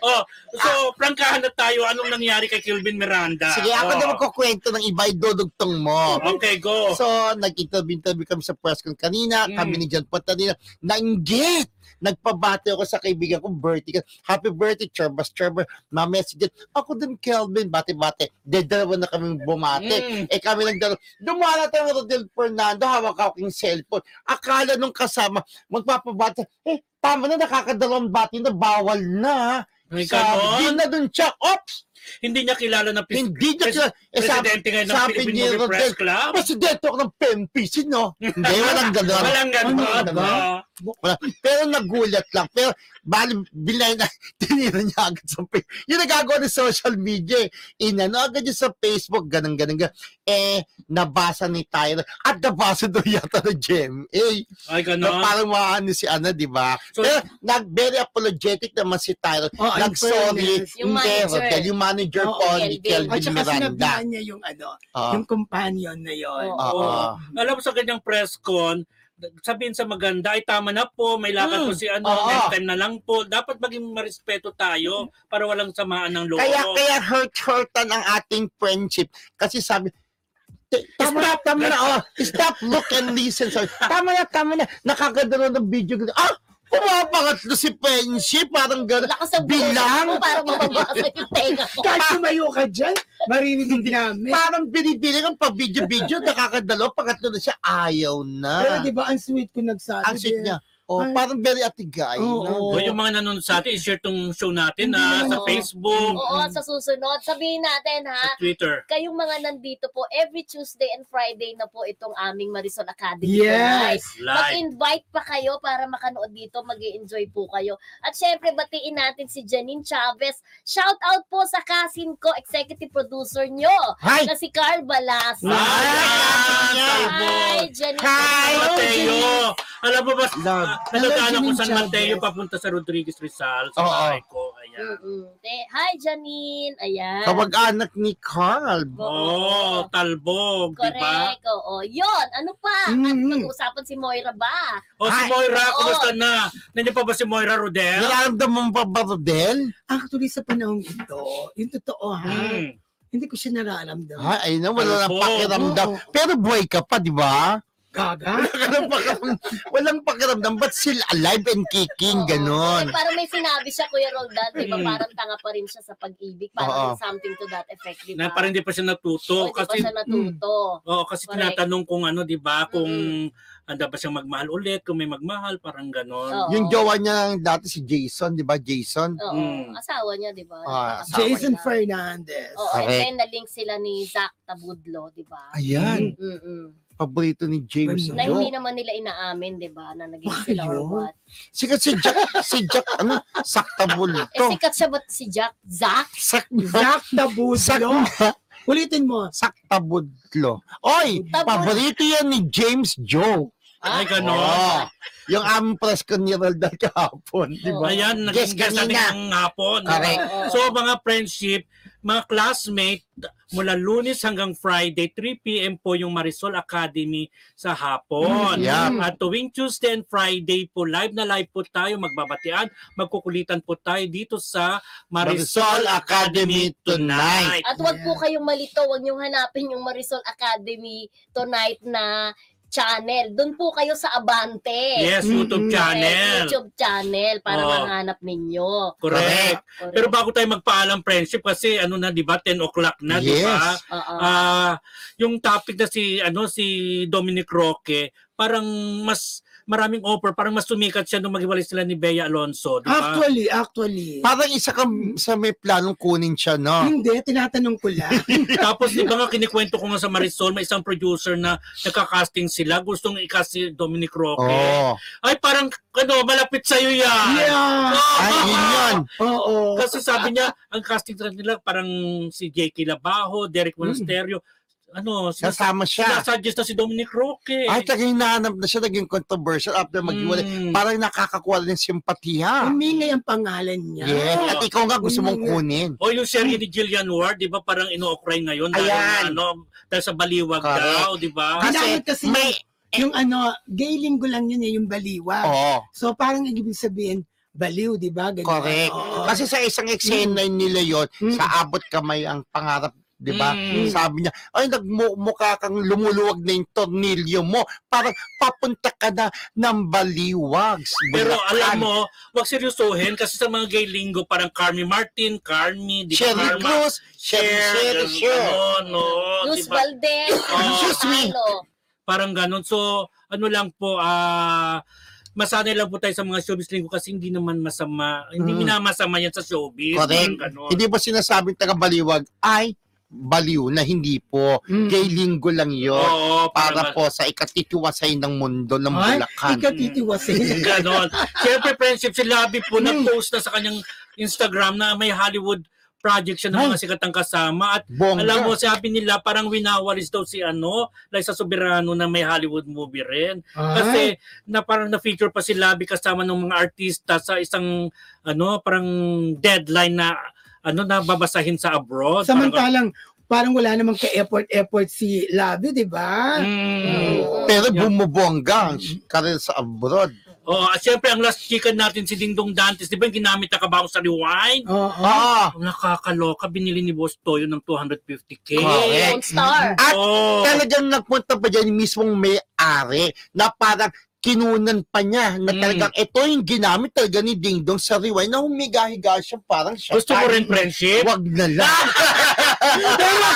Speaker 2: oh, so, prangkahan na tayo. Anong nangyari kay Kelvin Miranda?
Speaker 5: Sige, ako
Speaker 2: Oh.
Speaker 5: na magkukwento ng iba, idudugtong mo.
Speaker 2: Okay, go.
Speaker 5: So, nag-interview-interview kami sa press con kanina,
Speaker 2: Mm.
Speaker 5: kami ni John Pantanina, nainggit! Nagpabate ako sa kaibigan ko, Bertie. Happy birthday, Cherbas, Cherbas. Ma-message it. Ako din, Kelvin, bate-bate. De, dalawa na kaming bumate.
Speaker 2: Mm.
Speaker 5: Eh kami lang dalawa. Dumala tayo Rodel Fernando, hawak ako yung cellphone. Akala nung kasama, magpapabate. Eh, tama na, nakakadalawang bati na, bawal na.
Speaker 2: Ay,
Speaker 5: Sabi
Speaker 2: ganon.
Speaker 5: na dun siya, ops!
Speaker 2: Hmm, Hindi niya kilala na pres-
Speaker 5: Hindi niya
Speaker 2: pres-
Speaker 5: sila. Eh, sabi,
Speaker 2: presidente ngayon ng
Speaker 5: sabi
Speaker 2: Philippine
Speaker 5: ni
Speaker 2: Movie Press
Speaker 5: Rodel-
Speaker 2: Club.
Speaker 5: presidente ako ng PMPC, no? Hindi, walang gano'n.
Speaker 2: [laughs] Walang ganun.
Speaker 5: Ano ba?
Speaker 2: Ah,
Speaker 5: Wala. Pero nagulat lang. Pero, bali, binay na, [laughs] tinira niya agad sa Facebook. Yung nagagawa ng social media, eh. inano agad yun sa Facebook, ganun, ganun, ganun. Eh, nabasa ni Tyler. At nabasa daw yata ng GMA.
Speaker 2: Ay,
Speaker 5: Na
Speaker 2: ganon.
Speaker 5: parang maano si Ana, di ba?
Speaker 2: So,
Speaker 5: Pero, nag, very apologetic naman si Tyler.
Speaker 3: Oh, in
Speaker 5: Nag-sorry.
Speaker 3: fairness.
Speaker 4: Yung
Speaker 5: Hindi,
Speaker 4: manager.
Speaker 5: Rodel, Yung manager
Speaker 3: Oo,
Speaker 5: po ni
Speaker 4: Kelvin.
Speaker 5: Kelvin
Speaker 3: At saka
Speaker 5: Miranda.
Speaker 3: sinabihan niya yung ano,
Speaker 5: Ah,
Speaker 3: yung companion na yon.
Speaker 4: Oo.
Speaker 5: ah, ah.
Speaker 2: alam mo sa ganyang press con, sabihin sa maganda, ay tama na po, may lakad
Speaker 5: Mm.
Speaker 2: po si ano,
Speaker 5: Oo.
Speaker 2: next time na lang po. Dapat maging marespeto tayo para walang samaan ng loob.
Speaker 5: Kaya kaya hurt-hurtan ang ating friendship kasi sabi "T- Tama na, tama na. Oh, stop, look and listen. Sabi, tama na, tama na. Nakakadalo ng video. Ah, pumapakat na si friendship. Parang gano'n.
Speaker 4: Lakas ang
Speaker 5: Bilang?
Speaker 4: boses mo para mababasa yung tenga ko.
Speaker 3: Kahit tumayo ka dyan, maririnig namin.
Speaker 5: Parang binibili ng pa-video-video. Nakakadalo. Pakatlo na siya. Ayaw
Speaker 3: Pero
Speaker 5: na.
Speaker 3: di ba, ang sweet ko nagsabi.
Speaker 5: Ah. Ang sweet niya. Oh,
Speaker 3: Ay.
Speaker 5: parang very atigay.
Speaker 2: O
Speaker 3: Oo.
Speaker 2: yung mga nanonood sa atin, i-share tong show natin ah,
Speaker 5: Mm.
Speaker 3: Hindi naman
Speaker 2: sa
Speaker 4: ako.
Speaker 2: Facebook,
Speaker 4: Oo, sa susunod, sabihin natin
Speaker 2: sa
Speaker 4: ha,
Speaker 2: Twitter.
Speaker 4: kayong mga nandito po, every Tuesday and Friday na po itong aming Marisol Academy. tonight.
Speaker 3: Yes.
Speaker 2: Live.
Speaker 4: Mag-invite pa kayo para makanood dito. mag enjoy po kayo. At syempre, batiin natin si Janine Chavez. Shout out po sa kasin ko, executive producer nyo,
Speaker 5: Hi!
Speaker 4: na si Carl Balas.
Speaker 2: Hi!
Speaker 5: Hi!
Speaker 4: Hi, Janine.
Speaker 5: Hi!
Speaker 2: San Mateo! Alam mo ba,
Speaker 5: Love.
Speaker 2: nadadaan
Speaker 3: Hello,
Speaker 2: ako
Speaker 3: Janine
Speaker 2: San
Speaker 3: Chavez.
Speaker 2: Mateo papunta sa Rodriguez Rizal, sa
Speaker 5: Oo.
Speaker 2: bahay ko. Ayan. Ayan.
Speaker 4: Mm-mm. Te- Hi, Janine. Ayan.
Speaker 5: Kamag-anak ni Carl.
Speaker 4: Oo.
Speaker 2: Oh, talbog, di ba?
Speaker 4: Correct. Oo. Yun. Ano pa? At
Speaker 5: Mhm.
Speaker 4: nag-uusapan si Moira ba?
Speaker 2: O si
Speaker 5: Ay,
Speaker 2: Moira,
Speaker 4: oo.
Speaker 2: kumusta na? Nandiyan pa ba si Moira Rodel?
Speaker 5: Nararamdaman pa ba, Rodel?
Speaker 3: Actually, sa panahong ito, yung totoo ha,
Speaker 2: Hmm.
Speaker 3: hindi ko siya nararamdaman.
Speaker 5: Mm. Ha, ayun na, wala
Speaker 2: Talbog.
Speaker 5: nang pakiramdam.
Speaker 3: Oo.
Speaker 5: Pero buhay ka pa, di ba?
Speaker 3: Gaga?
Speaker 5: Walang pakiramdam. Walang pakiramdam. Ba't still alive and kicking?
Speaker 4: Oo.
Speaker 5: Ganon. Mm-hmm.
Speaker 4: Kasi parang may sinabi siya, Kuya Roldan, di ba?
Speaker 2: Mm.
Speaker 4: Parang tanga pa rin siya sa pag-ibig.
Speaker 5: Oo.
Speaker 4: Parang something to that effect, di ba?
Speaker 2: Na parang hindi pa siya
Speaker 4: Oo,
Speaker 2: natuto.
Speaker 4: di ba
Speaker 2: Kasi
Speaker 4: siya natuto?
Speaker 2: Oo, kasi
Speaker 4: Correct.
Speaker 2: tinatanong kung ano, 'di ba, kung handa ba siyang magmahal ulit, kung may magmahal, parang ganon.
Speaker 4: Oo.
Speaker 5: Yung jowa niya dati si Jason, di ba? Jason.
Speaker 4: Oo.
Speaker 2: Mm.
Speaker 4: Asawa niya, di ba?
Speaker 5: Ah,
Speaker 4: Asawa
Speaker 3: Jason
Speaker 4: niya.
Speaker 3: Fernandez.
Speaker 4: Oo, and
Speaker 5: Correct.
Speaker 4: then na-link sila ni Zach Tabudlo, di ba?
Speaker 5: Ayan,
Speaker 4: Mm-mm.
Speaker 5: paborito ni James.
Speaker 3: Ay,
Speaker 4: Na
Speaker 5: yun.
Speaker 4: hindi naman nila inaamin, di ba? Na naging
Speaker 3: Bakit
Speaker 4: sila or
Speaker 3: yun?
Speaker 4: what.
Speaker 5: Sige, si Jack, si Jack, ano, saktabol
Speaker 4: Eh,
Speaker 5: to.
Speaker 4: sikat siya ba't si Jack? Zach?
Speaker 5: Sak,
Speaker 3: Zach Tabudlo. Ulitin mo.
Speaker 5: saktabudlo. Oy,
Speaker 4: Tabud-
Speaker 5: paborito yan ni James Joe.
Speaker 4: Ah,
Speaker 2: Ay, ganon.
Speaker 5: Oo. yung aming press ko ni Roldan kahapon, di ba?
Speaker 2: Ayan,
Speaker 5: Yes,
Speaker 2: naging guest natin
Speaker 5: kanina.
Speaker 2: ng hapon.
Speaker 5: Correct.
Speaker 4: Oo.
Speaker 2: So, mga friendship, mga classmate, mula lunes hanggang Friday, 3 p.m. po yung Marisol Academy sa hapon.
Speaker 5: Mhm. Yeah.
Speaker 2: At tuwing Tuesday and Friday po, live na live po tayo, magbabatian, magkukulitan po tayo dito sa Marisol,
Speaker 5: Marisol Academy tonight.
Speaker 4: At wag po kayong malito, wag niyong hanapin yung Marisol Academy tonight na channel. Doon po kayo sa Abante.
Speaker 2: Yes, YouTube
Speaker 3: Mhm.
Speaker 2: channel.
Speaker 4: YouTube channel para
Speaker 2: Oo.
Speaker 4: mahanap ninyo.
Speaker 2: Correct.
Speaker 4: Correct.
Speaker 2: Pero bago tayo magpaalam friendship kasi ano na 'di ba 10 o'clock na 'di ba?
Speaker 5: Yes.
Speaker 4: Oo.
Speaker 2: Ah, yung topic na si ano si Dominic Roque, parang mas maraming offer, parang mas sumikat siya nung maghiwalay sila ni Bea Alonso, 'di ba?
Speaker 3: Actually, actually.
Speaker 5: Parang isa ka sa may planong kunin siya, no?
Speaker 3: Hindi, tinatanong ko lang.
Speaker 2: Tapos 'di ba nga kinikwento ko nga sa Marisol, may isang producer na nagka-casting sila, gustong i-cast si Dominic Roque.
Speaker 5: Oo.
Speaker 2: Ay parang ano, malapit sa iyo 'yan.
Speaker 3: Oh. yeah.
Speaker 2: Oh!
Speaker 5: [laughs] Ay, yun yun.
Speaker 3: Oo.
Speaker 2: [laughs] Kasi sabi niya, ang casting trend nila parang si J.K. Labajo, Derek
Speaker 3: Hmm.
Speaker 2: Monasterio, ano, sinas-
Speaker 5: Kasama siya.
Speaker 2: sinasuggest na si Dominic Roque.
Speaker 5: Ay, taga hinahanap na siya, naging controversial after maghiwalay.
Speaker 2: Mm.
Speaker 5: Parang nakakakuha ng
Speaker 2: Hmm.
Speaker 5: simpatiya.
Speaker 3: Umingay ang pangalan niya.
Speaker 5: Yeah. At ikaw nga gusto mong kunin.
Speaker 2: O yung serye ni Jillian Ward, di ba parang ino-cry ngayon dahil,
Speaker 5: Ayan.
Speaker 2: ano, dahil sa baliwag
Speaker 5: Correct.
Speaker 2: daw, di ba?
Speaker 5: Kasi,
Speaker 3: Ginamit kasi
Speaker 5: may...
Speaker 3: Yung ano, gay linggo lang yun eh, yung baliwa.
Speaker 5: Oo.
Speaker 3: So parang ibig sabihin, baliw, di ba? Ganyan.
Speaker 5: Correct.
Speaker 2: Oh.
Speaker 3: Oo.
Speaker 5: Kasi sa isang eksena
Speaker 2: Hmm.
Speaker 5: nila yon
Speaker 3: Mm.
Speaker 5: sa abot kamay ang pangarap, 'di ba?
Speaker 2: Mm.
Speaker 5: Sabi niya, ay nagmukha kang lumuluwag na yung tornilyo mo. Parang papunta ka na ng baliwags.
Speaker 2: Pero
Speaker 5: Bulacan.
Speaker 2: alam mo, wag seryosohin kasi sa mga gay linggo, parang Carmi Martin, Carmi, di ba?
Speaker 5: Sherry
Speaker 2: Carma,
Speaker 5: Cruz, Sherry,
Speaker 2: Cher,
Speaker 5: Sherry, Sher.
Speaker 2: ano, no,
Speaker 4: Luz
Speaker 2: di ba? [laughs]
Speaker 4: Valdez.
Speaker 2: Excuse
Speaker 5: me.
Speaker 4: Talo.
Speaker 2: Parang ganun. So, ano lang po, ah masanay lang po tayo sa mga showbiz linggo kasi hindi naman masama, hindi
Speaker 5: Mm.
Speaker 2: minamasama yan sa showbiz.
Speaker 5: Correct.
Speaker 2: Parang ganun.
Speaker 5: Hindi ba sinasabing taga-baliwag ay baliw na hindi po.
Speaker 3: Mm.
Speaker 5: Gay linggo lang yon
Speaker 2: Oo, parang
Speaker 5: para po sa ikatitiwasay ng mundo ng
Speaker 3: Ay,
Speaker 5: Bulacan.
Speaker 3: ikaw titiwasin.
Speaker 2: [laughs] Ganon. Siyempre, friendship, si Labi po nag-post na sa kanyang Instagram na may Hollywood project siya ng mga sikatang kasama. At
Speaker 5: Bongga.
Speaker 2: alam mo, sabi nila, parang winawalis daw si ano, Liza Soberano na may Hollywood movie rin.
Speaker 3: [laughs]
Speaker 2: Kasi na parang na-feature pa si Labi kasama ng mga artista sa isang ano, parang deadline na ano na babasahin sa abroad. Parang-
Speaker 3: Samantalang, parang wala namang ka-effort-effort si Labi, di ba?
Speaker 2: Mm.
Speaker 5: Pero bumubongga ang karir sa abroad.
Speaker 2: Oo, at siyempre ang last chicken natin si Dingdong Dantes, di ba yung ginamit na kabaho sa rewind?
Speaker 3: Oo.
Speaker 5: Ah,
Speaker 2: Ang nakakaloka, binili ni Boss Toyo ng 250k.
Speaker 5: Correct.
Speaker 4: Lone Star.
Speaker 5: At
Speaker 2: Oh.
Speaker 5: talagang nagpunta pa dyan yung mismong may-ari na parang kinunan pa niya na
Speaker 2: Mm.
Speaker 5: talagang ito yung ginamit talaga ni Ding Dong sa rewind na humiga-higa siya parang siya.
Speaker 2: Gusto mo rin friendship?
Speaker 5: Wag na lang.
Speaker 3: Pero,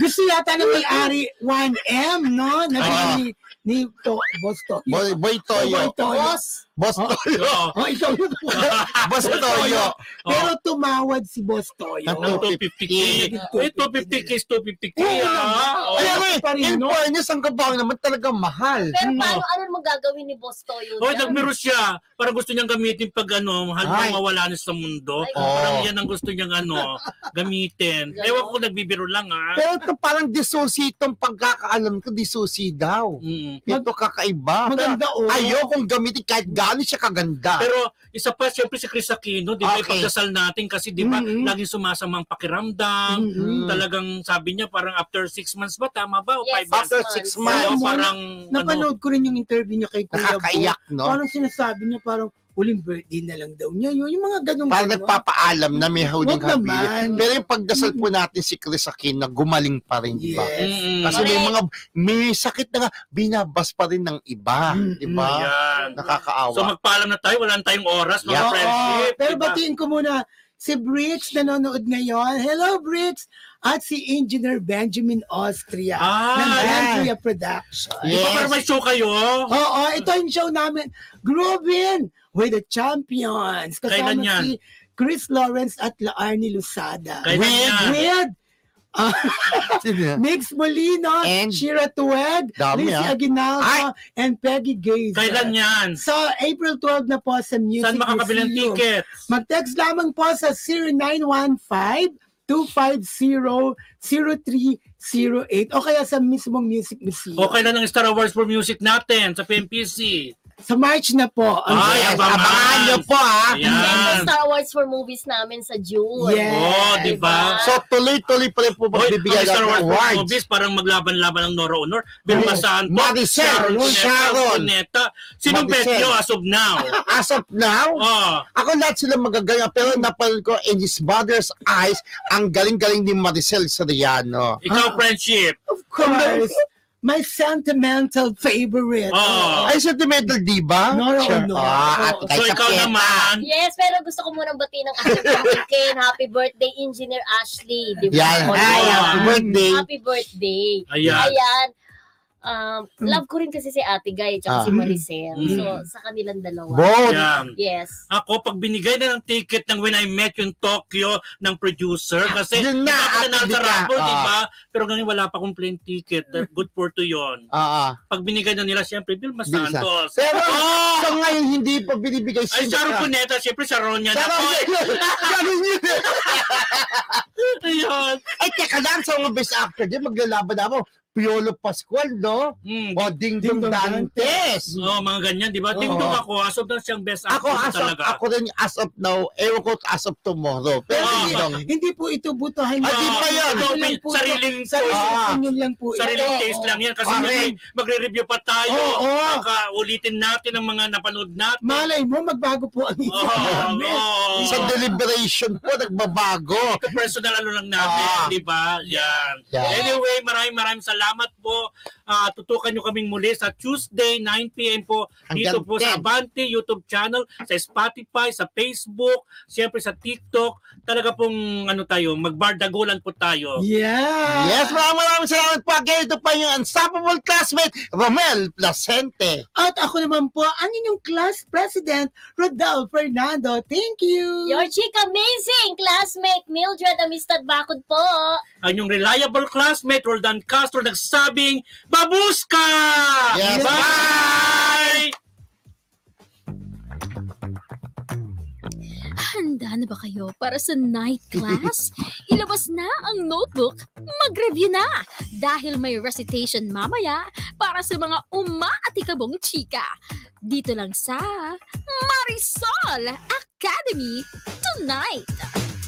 Speaker 3: gusto yata na may-ari 1M, no? Na
Speaker 5: Ah.
Speaker 3: ni, ni to, Boss Toyo.
Speaker 5: boy, boy
Speaker 3: Boy
Speaker 5: Toyo.
Speaker 3: Toyo.
Speaker 4: Boss.
Speaker 5: Boss
Speaker 2: [laughs]
Speaker 5: Toyo.
Speaker 2: Oo.
Speaker 3: Oh, ikaw yun. [laughs]
Speaker 5: Boss Toyo.
Speaker 3: Pero tumawad si Boss Toyo.
Speaker 5: Ang
Speaker 2: Ng 250k. Eh, 250k is 250k.
Speaker 3: Oo,
Speaker 2: ah.
Speaker 3: oo.
Speaker 2: Oo.
Speaker 5: Kaya
Speaker 3: Boss
Speaker 5: nga, eh.
Speaker 3: Parino.
Speaker 5: in fairness, ang kabaw naman talaga mahal.
Speaker 4: Pero
Speaker 3: Mm.
Speaker 4: paano, ano mo gagawin ni Boss Toyo?
Speaker 2: Hoy,
Speaker 4: dyan?
Speaker 2: nagmiro siya. Parang gusto niyang gamitin pag ano,
Speaker 5: Ay. Oh.
Speaker 2: halimbawa mawala na sa mundo.
Speaker 4: Ay,
Speaker 5: Oo. [laughs]
Speaker 2: Parang yan ang gusto niyang ano, gamitin.
Speaker 4: Ganon.
Speaker 2: Ewan ko kung nagbibiro lang ah.
Speaker 5: Pero Pero parang dissociate ang pagkakaalam ko, dissociate daw.
Speaker 2: Mm.
Speaker 5: Ito kakaiba.
Speaker 3: Maganda o.
Speaker 5: Ayokong gamitin kahit gaano siya kaganda.
Speaker 2: Pero isa pa, siyempre si Chris Aquino, di ba,
Speaker 5: Okay. Mm-hmm.
Speaker 2: ipagdasal natin kasi di ba,
Speaker 3: Mhm.
Speaker 2: laging sumasamang pakiramdam.
Speaker 5: Mm.
Speaker 2: Talagang sabi niya, parang after six months ba? Tama ba? O
Speaker 4: Yes,
Speaker 2: five
Speaker 4: six
Speaker 2: months?
Speaker 5: After
Speaker 4: months.
Speaker 5: six
Speaker 2: Kaya
Speaker 5: months,
Speaker 3: Months.
Speaker 2: parang, ano,
Speaker 3: Napanood ko rin yung interview niya kay Kuya Bo.
Speaker 5: nakakaiyak, no?
Speaker 3: Parang sinasabi niya parang huling birthday na lang daw niya. Yun, yung mga ganun.
Speaker 5: Parang nagpapaalam na may huling
Speaker 3: Huwag
Speaker 5: habilit.
Speaker 3: naman.
Speaker 5: Pero yung pagdasal po natin si Chris Aquino, gumaling pa rin, di ba?
Speaker 3: Yes.
Speaker 2: mm
Speaker 5: Kasi may mga, may sakit na nga, binabas pa rin ng iba,
Speaker 3: Mm,
Speaker 5: di ba?
Speaker 2: Ayan.
Speaker 5: Nakakaawa.
Speaker 2: So magpaalam na tayo, wala na tayong oras, mga
Speaker 5: Yeah.
Speaker 2: friendship.
Speaker 3: Pero
Speaker 2: diba?
Speaker 3: batiin ko muna si Bricks nanonood ngayon. Hello, Bricks! At si Engineer Benjamin Austria ng
Speaker 2: Ah,
Speaker 3: Andrea Production.
Speaker 2: di ba
Speaker 5: Yes.
Speaker 2: parang may show kayo?
Speaker 3: Oo, ito yung show namin, Groovin with the Champions. Kasama
Speaker 2: Kailan yan?
Speaker 3: si Chris Lawrence at Laarni Lusada.
Speaker 2: Kailan
Speaker 5: With-
Speaker 2: yan?
Speaker 3: With
Speaker 5: Sino?
Speaker 3: Mix Molino,
Speaker 5: And-
Speaker 3: Shira Tuwed,
Speaker 5: Dami,
Speaker 3: Lizzie
Speaker 5: ah.
Speaker 3: Aguinaldo, and Peggy Gazer.
Speaker 2: Kailan yan?
Speaker 3: So, April 12 na po sa Music
Speaker 2: Saan makakabilang
Speaker 3: Museum.
Speaker 2: ticket?
Speaker 3: Mag-text lamang po sa 0915-250-0308 o kaya sa mismong Music Museum.
Speaker 2: O kailan ang Star Awards for Music natin sa PMPC?
Speaker 3: Sa March na po. ang-
Speaker 2: Ay,
Speaker 5: Yes,
Speaker 2: abangan.
Speaker 5: abangan nyo po, ha?
Speaker 2: Ayan.
Speaker 4: And Star Awards for movies namin sa June.
Speaker 3: Yes.
Speaker 2: Oh, di ba?
Speaker 5: Ah. So, tuloy-tuloy pa rin po
Speaker 2: Hoy, ang
Speaker 5: magbibigay
Speaker 2: Star
Speaker 5: ng
Speaker 2: Wars
Speaker 5: awards.
Speaker 2: movies, parang maglaban-laban ng Nora Honor, Vilma
Speaker 5: Yes.
Speaker 2: Santos,
Speaker 5: Maricel,
Speaker 2: Sharon,
Speaker 5: Sharon.
Speaker 2: Sharon, Cuneta. Sinong bet
Speaker 5: Maricel.
Speaker 2: nyo as of now?
Speaker 5: As of now,
Speaker 2: oh,
Speaker 5: ako lahat sila magagaling. Pero napanood ko, in his mother's eyes, ang galing-galing ni Maricel Soriano.
Speaker 2: ikaw, friendship.
Speaker 3: Of course. My sentimental favorite.
Speaker 2: Oh.
Speaker 5: Ay, sentimental, di ba?
Speaker 3: Ah. No, no,
Speaker 5: Sure.
Speaker 3: no.
Speaker 5: Ah, at
Speaker 3: Oo.
Speaker 5: kahit
Speaker 2: So,
Speaker 5: sa
Speaker 2: ikaw
Speaker 5: pera.
Speaker 2: naman.
Speaker 4: Yes, pero gusto ko munang batiin ang
Speaker 5: [laughs]
Speaker 4: aking pamangkin. Happy birthday, Engineer Ashley. Di ba?
Speaker 5: Yan.
Speaker 4: Oh,
Speaker 5: Ay, happy birthday.
Speaker 4: Happy birthday.
Speaker 2: Ayan.
Speaker 4: Ayan. Um, love ko rin kasi si Ate Guy at
Speaker 5: Ah.
Speaker 4: si Maricel.
Speaker 2: Mm.
Speaker 4: So, sa kanilang dalawa.
Speaker 5: Bon.
Speaker 2: Ayan.
Speaker 4: Yes.
Speaker 2: Ako, pag binigay na ng ticket ng When I Met You in Tokyo ng producer, kasi
Speaker 5: Ah, Yun na,
Speaker 2: dapat
Speaker 5: at
Speaker 2: nasa
Speaker 5: hindi ka,
Speaker 2: Rumble,
Speaker 5: ah.
Speaker 2: di ba? Pero ganyan, wala pa akong plane ticket. Good for two yun.
Speaker 5: Ah, ah.
Speaker 2: Pag binigay na nila, siyempre, Vilma
Speaker 5: Vilma Ah!
Speaker 2: Santos.
Speaker 5: Pero,
Speaker 2: Oh!
Speaker 5: sa ngayon, hindi pa binibigay
Speaker 2: Ay, Sharon Cuneta, siyempre, Sharon yan.
Speaker 5: Sharon,
Speaker 2: Ay,
Speaker 5: Sharon yun.
Speaker 2: Ayun.
Speaker 5: [laughs] Ay, teka lang, sa mga best actor dyan, maglalaban na ako. Piolo Pascual, no?
Speaker 2: Mm,
Speaker 5: O Ding
Speaker 3: Ding
Speaker 5: Dong
Speaker 3: Dong
Speaker 5: Dantes.
Speaker 2: Oo, Oh, mga ganyan, di ba?
Speaker 5: Oo.
Speaker 2: Tingdong ako, as of now siyang best
Speaker 5: Ako,
Speaker 2: actor
Speaker 5: ah, as of,
Speaker 2: talaga.
Speaker 5: ako rin as of now, ewan ko as of tomorrow. Pero
Speaker 2: Oo.
Speaker 5: hindi dong.
Speaker 3: Hindi po ito butuhan.
Speaker 5: Ah, di pa yan.
Speaker 3: Ito lang po ito.
Speaker 2: Sariling,
Speaker 3: Sariling
Speaker 5: Ah.
Speaker 3: opinion lang po. ito.
Speaker 2: sariling taste lang yan. Kasi
Speaker 5: Correct.
Speaker 2: may- magre-review pa tayo.
Speaker 5: Oo.
Speaker 2: Baka ulitin natin ang mga napanood natin.
Speaker 3: Malay mo, magbago po ang isip
Speaker 2: Oo,
Speaker 3: namin.
Speaker 2: oo.
Speaker 5: Sa deliberation po, nagbabago.
Speaker 2: Ito personal ano lang namin,
Speaker 5: Ah.
Speaker 2: di ba? Yan.
Speaker 5: Yeah.
Speaker 2: Anyway, maraming maraming salamat po. Ah, tutukan nyo kaming muli sa Tuesday, 9pm po. dito
Speaker 5: Hanggang
Speaker 2: po sa
Speaker 5: 10.
Speaker 2: Avante YouTube channel, sa Spotify, sa Facebook, siyempre sa TikTok. Talaga pong ano tayo, magbardagulan po tayo.
Speaker 3: Yeah.
Speaker 5: Yes, maraming maraming salamat po. Again, ito pa yung unstoppable classmate, Romel Placente.
Speaker 3: At ako naman po, ang inyong class president, Rodel Fernando. Thank you.
Speaker 4: Your chick amazing classmate Mildred Amistad Bakod po.
Speaker 2: Ang inyong reliable classmate, Roldan Castro, nagsabing, Babuska!
Speaker 5: Yes,
Speaker 2: Bye!
Speaker 1: Handa na ba kayo para sa night class? Ilabas na ang notebook, mag-review na! Dahil may recitation mamaya para sa mga umaatikabong chika. Dito lang sa Marisol Academy tonight!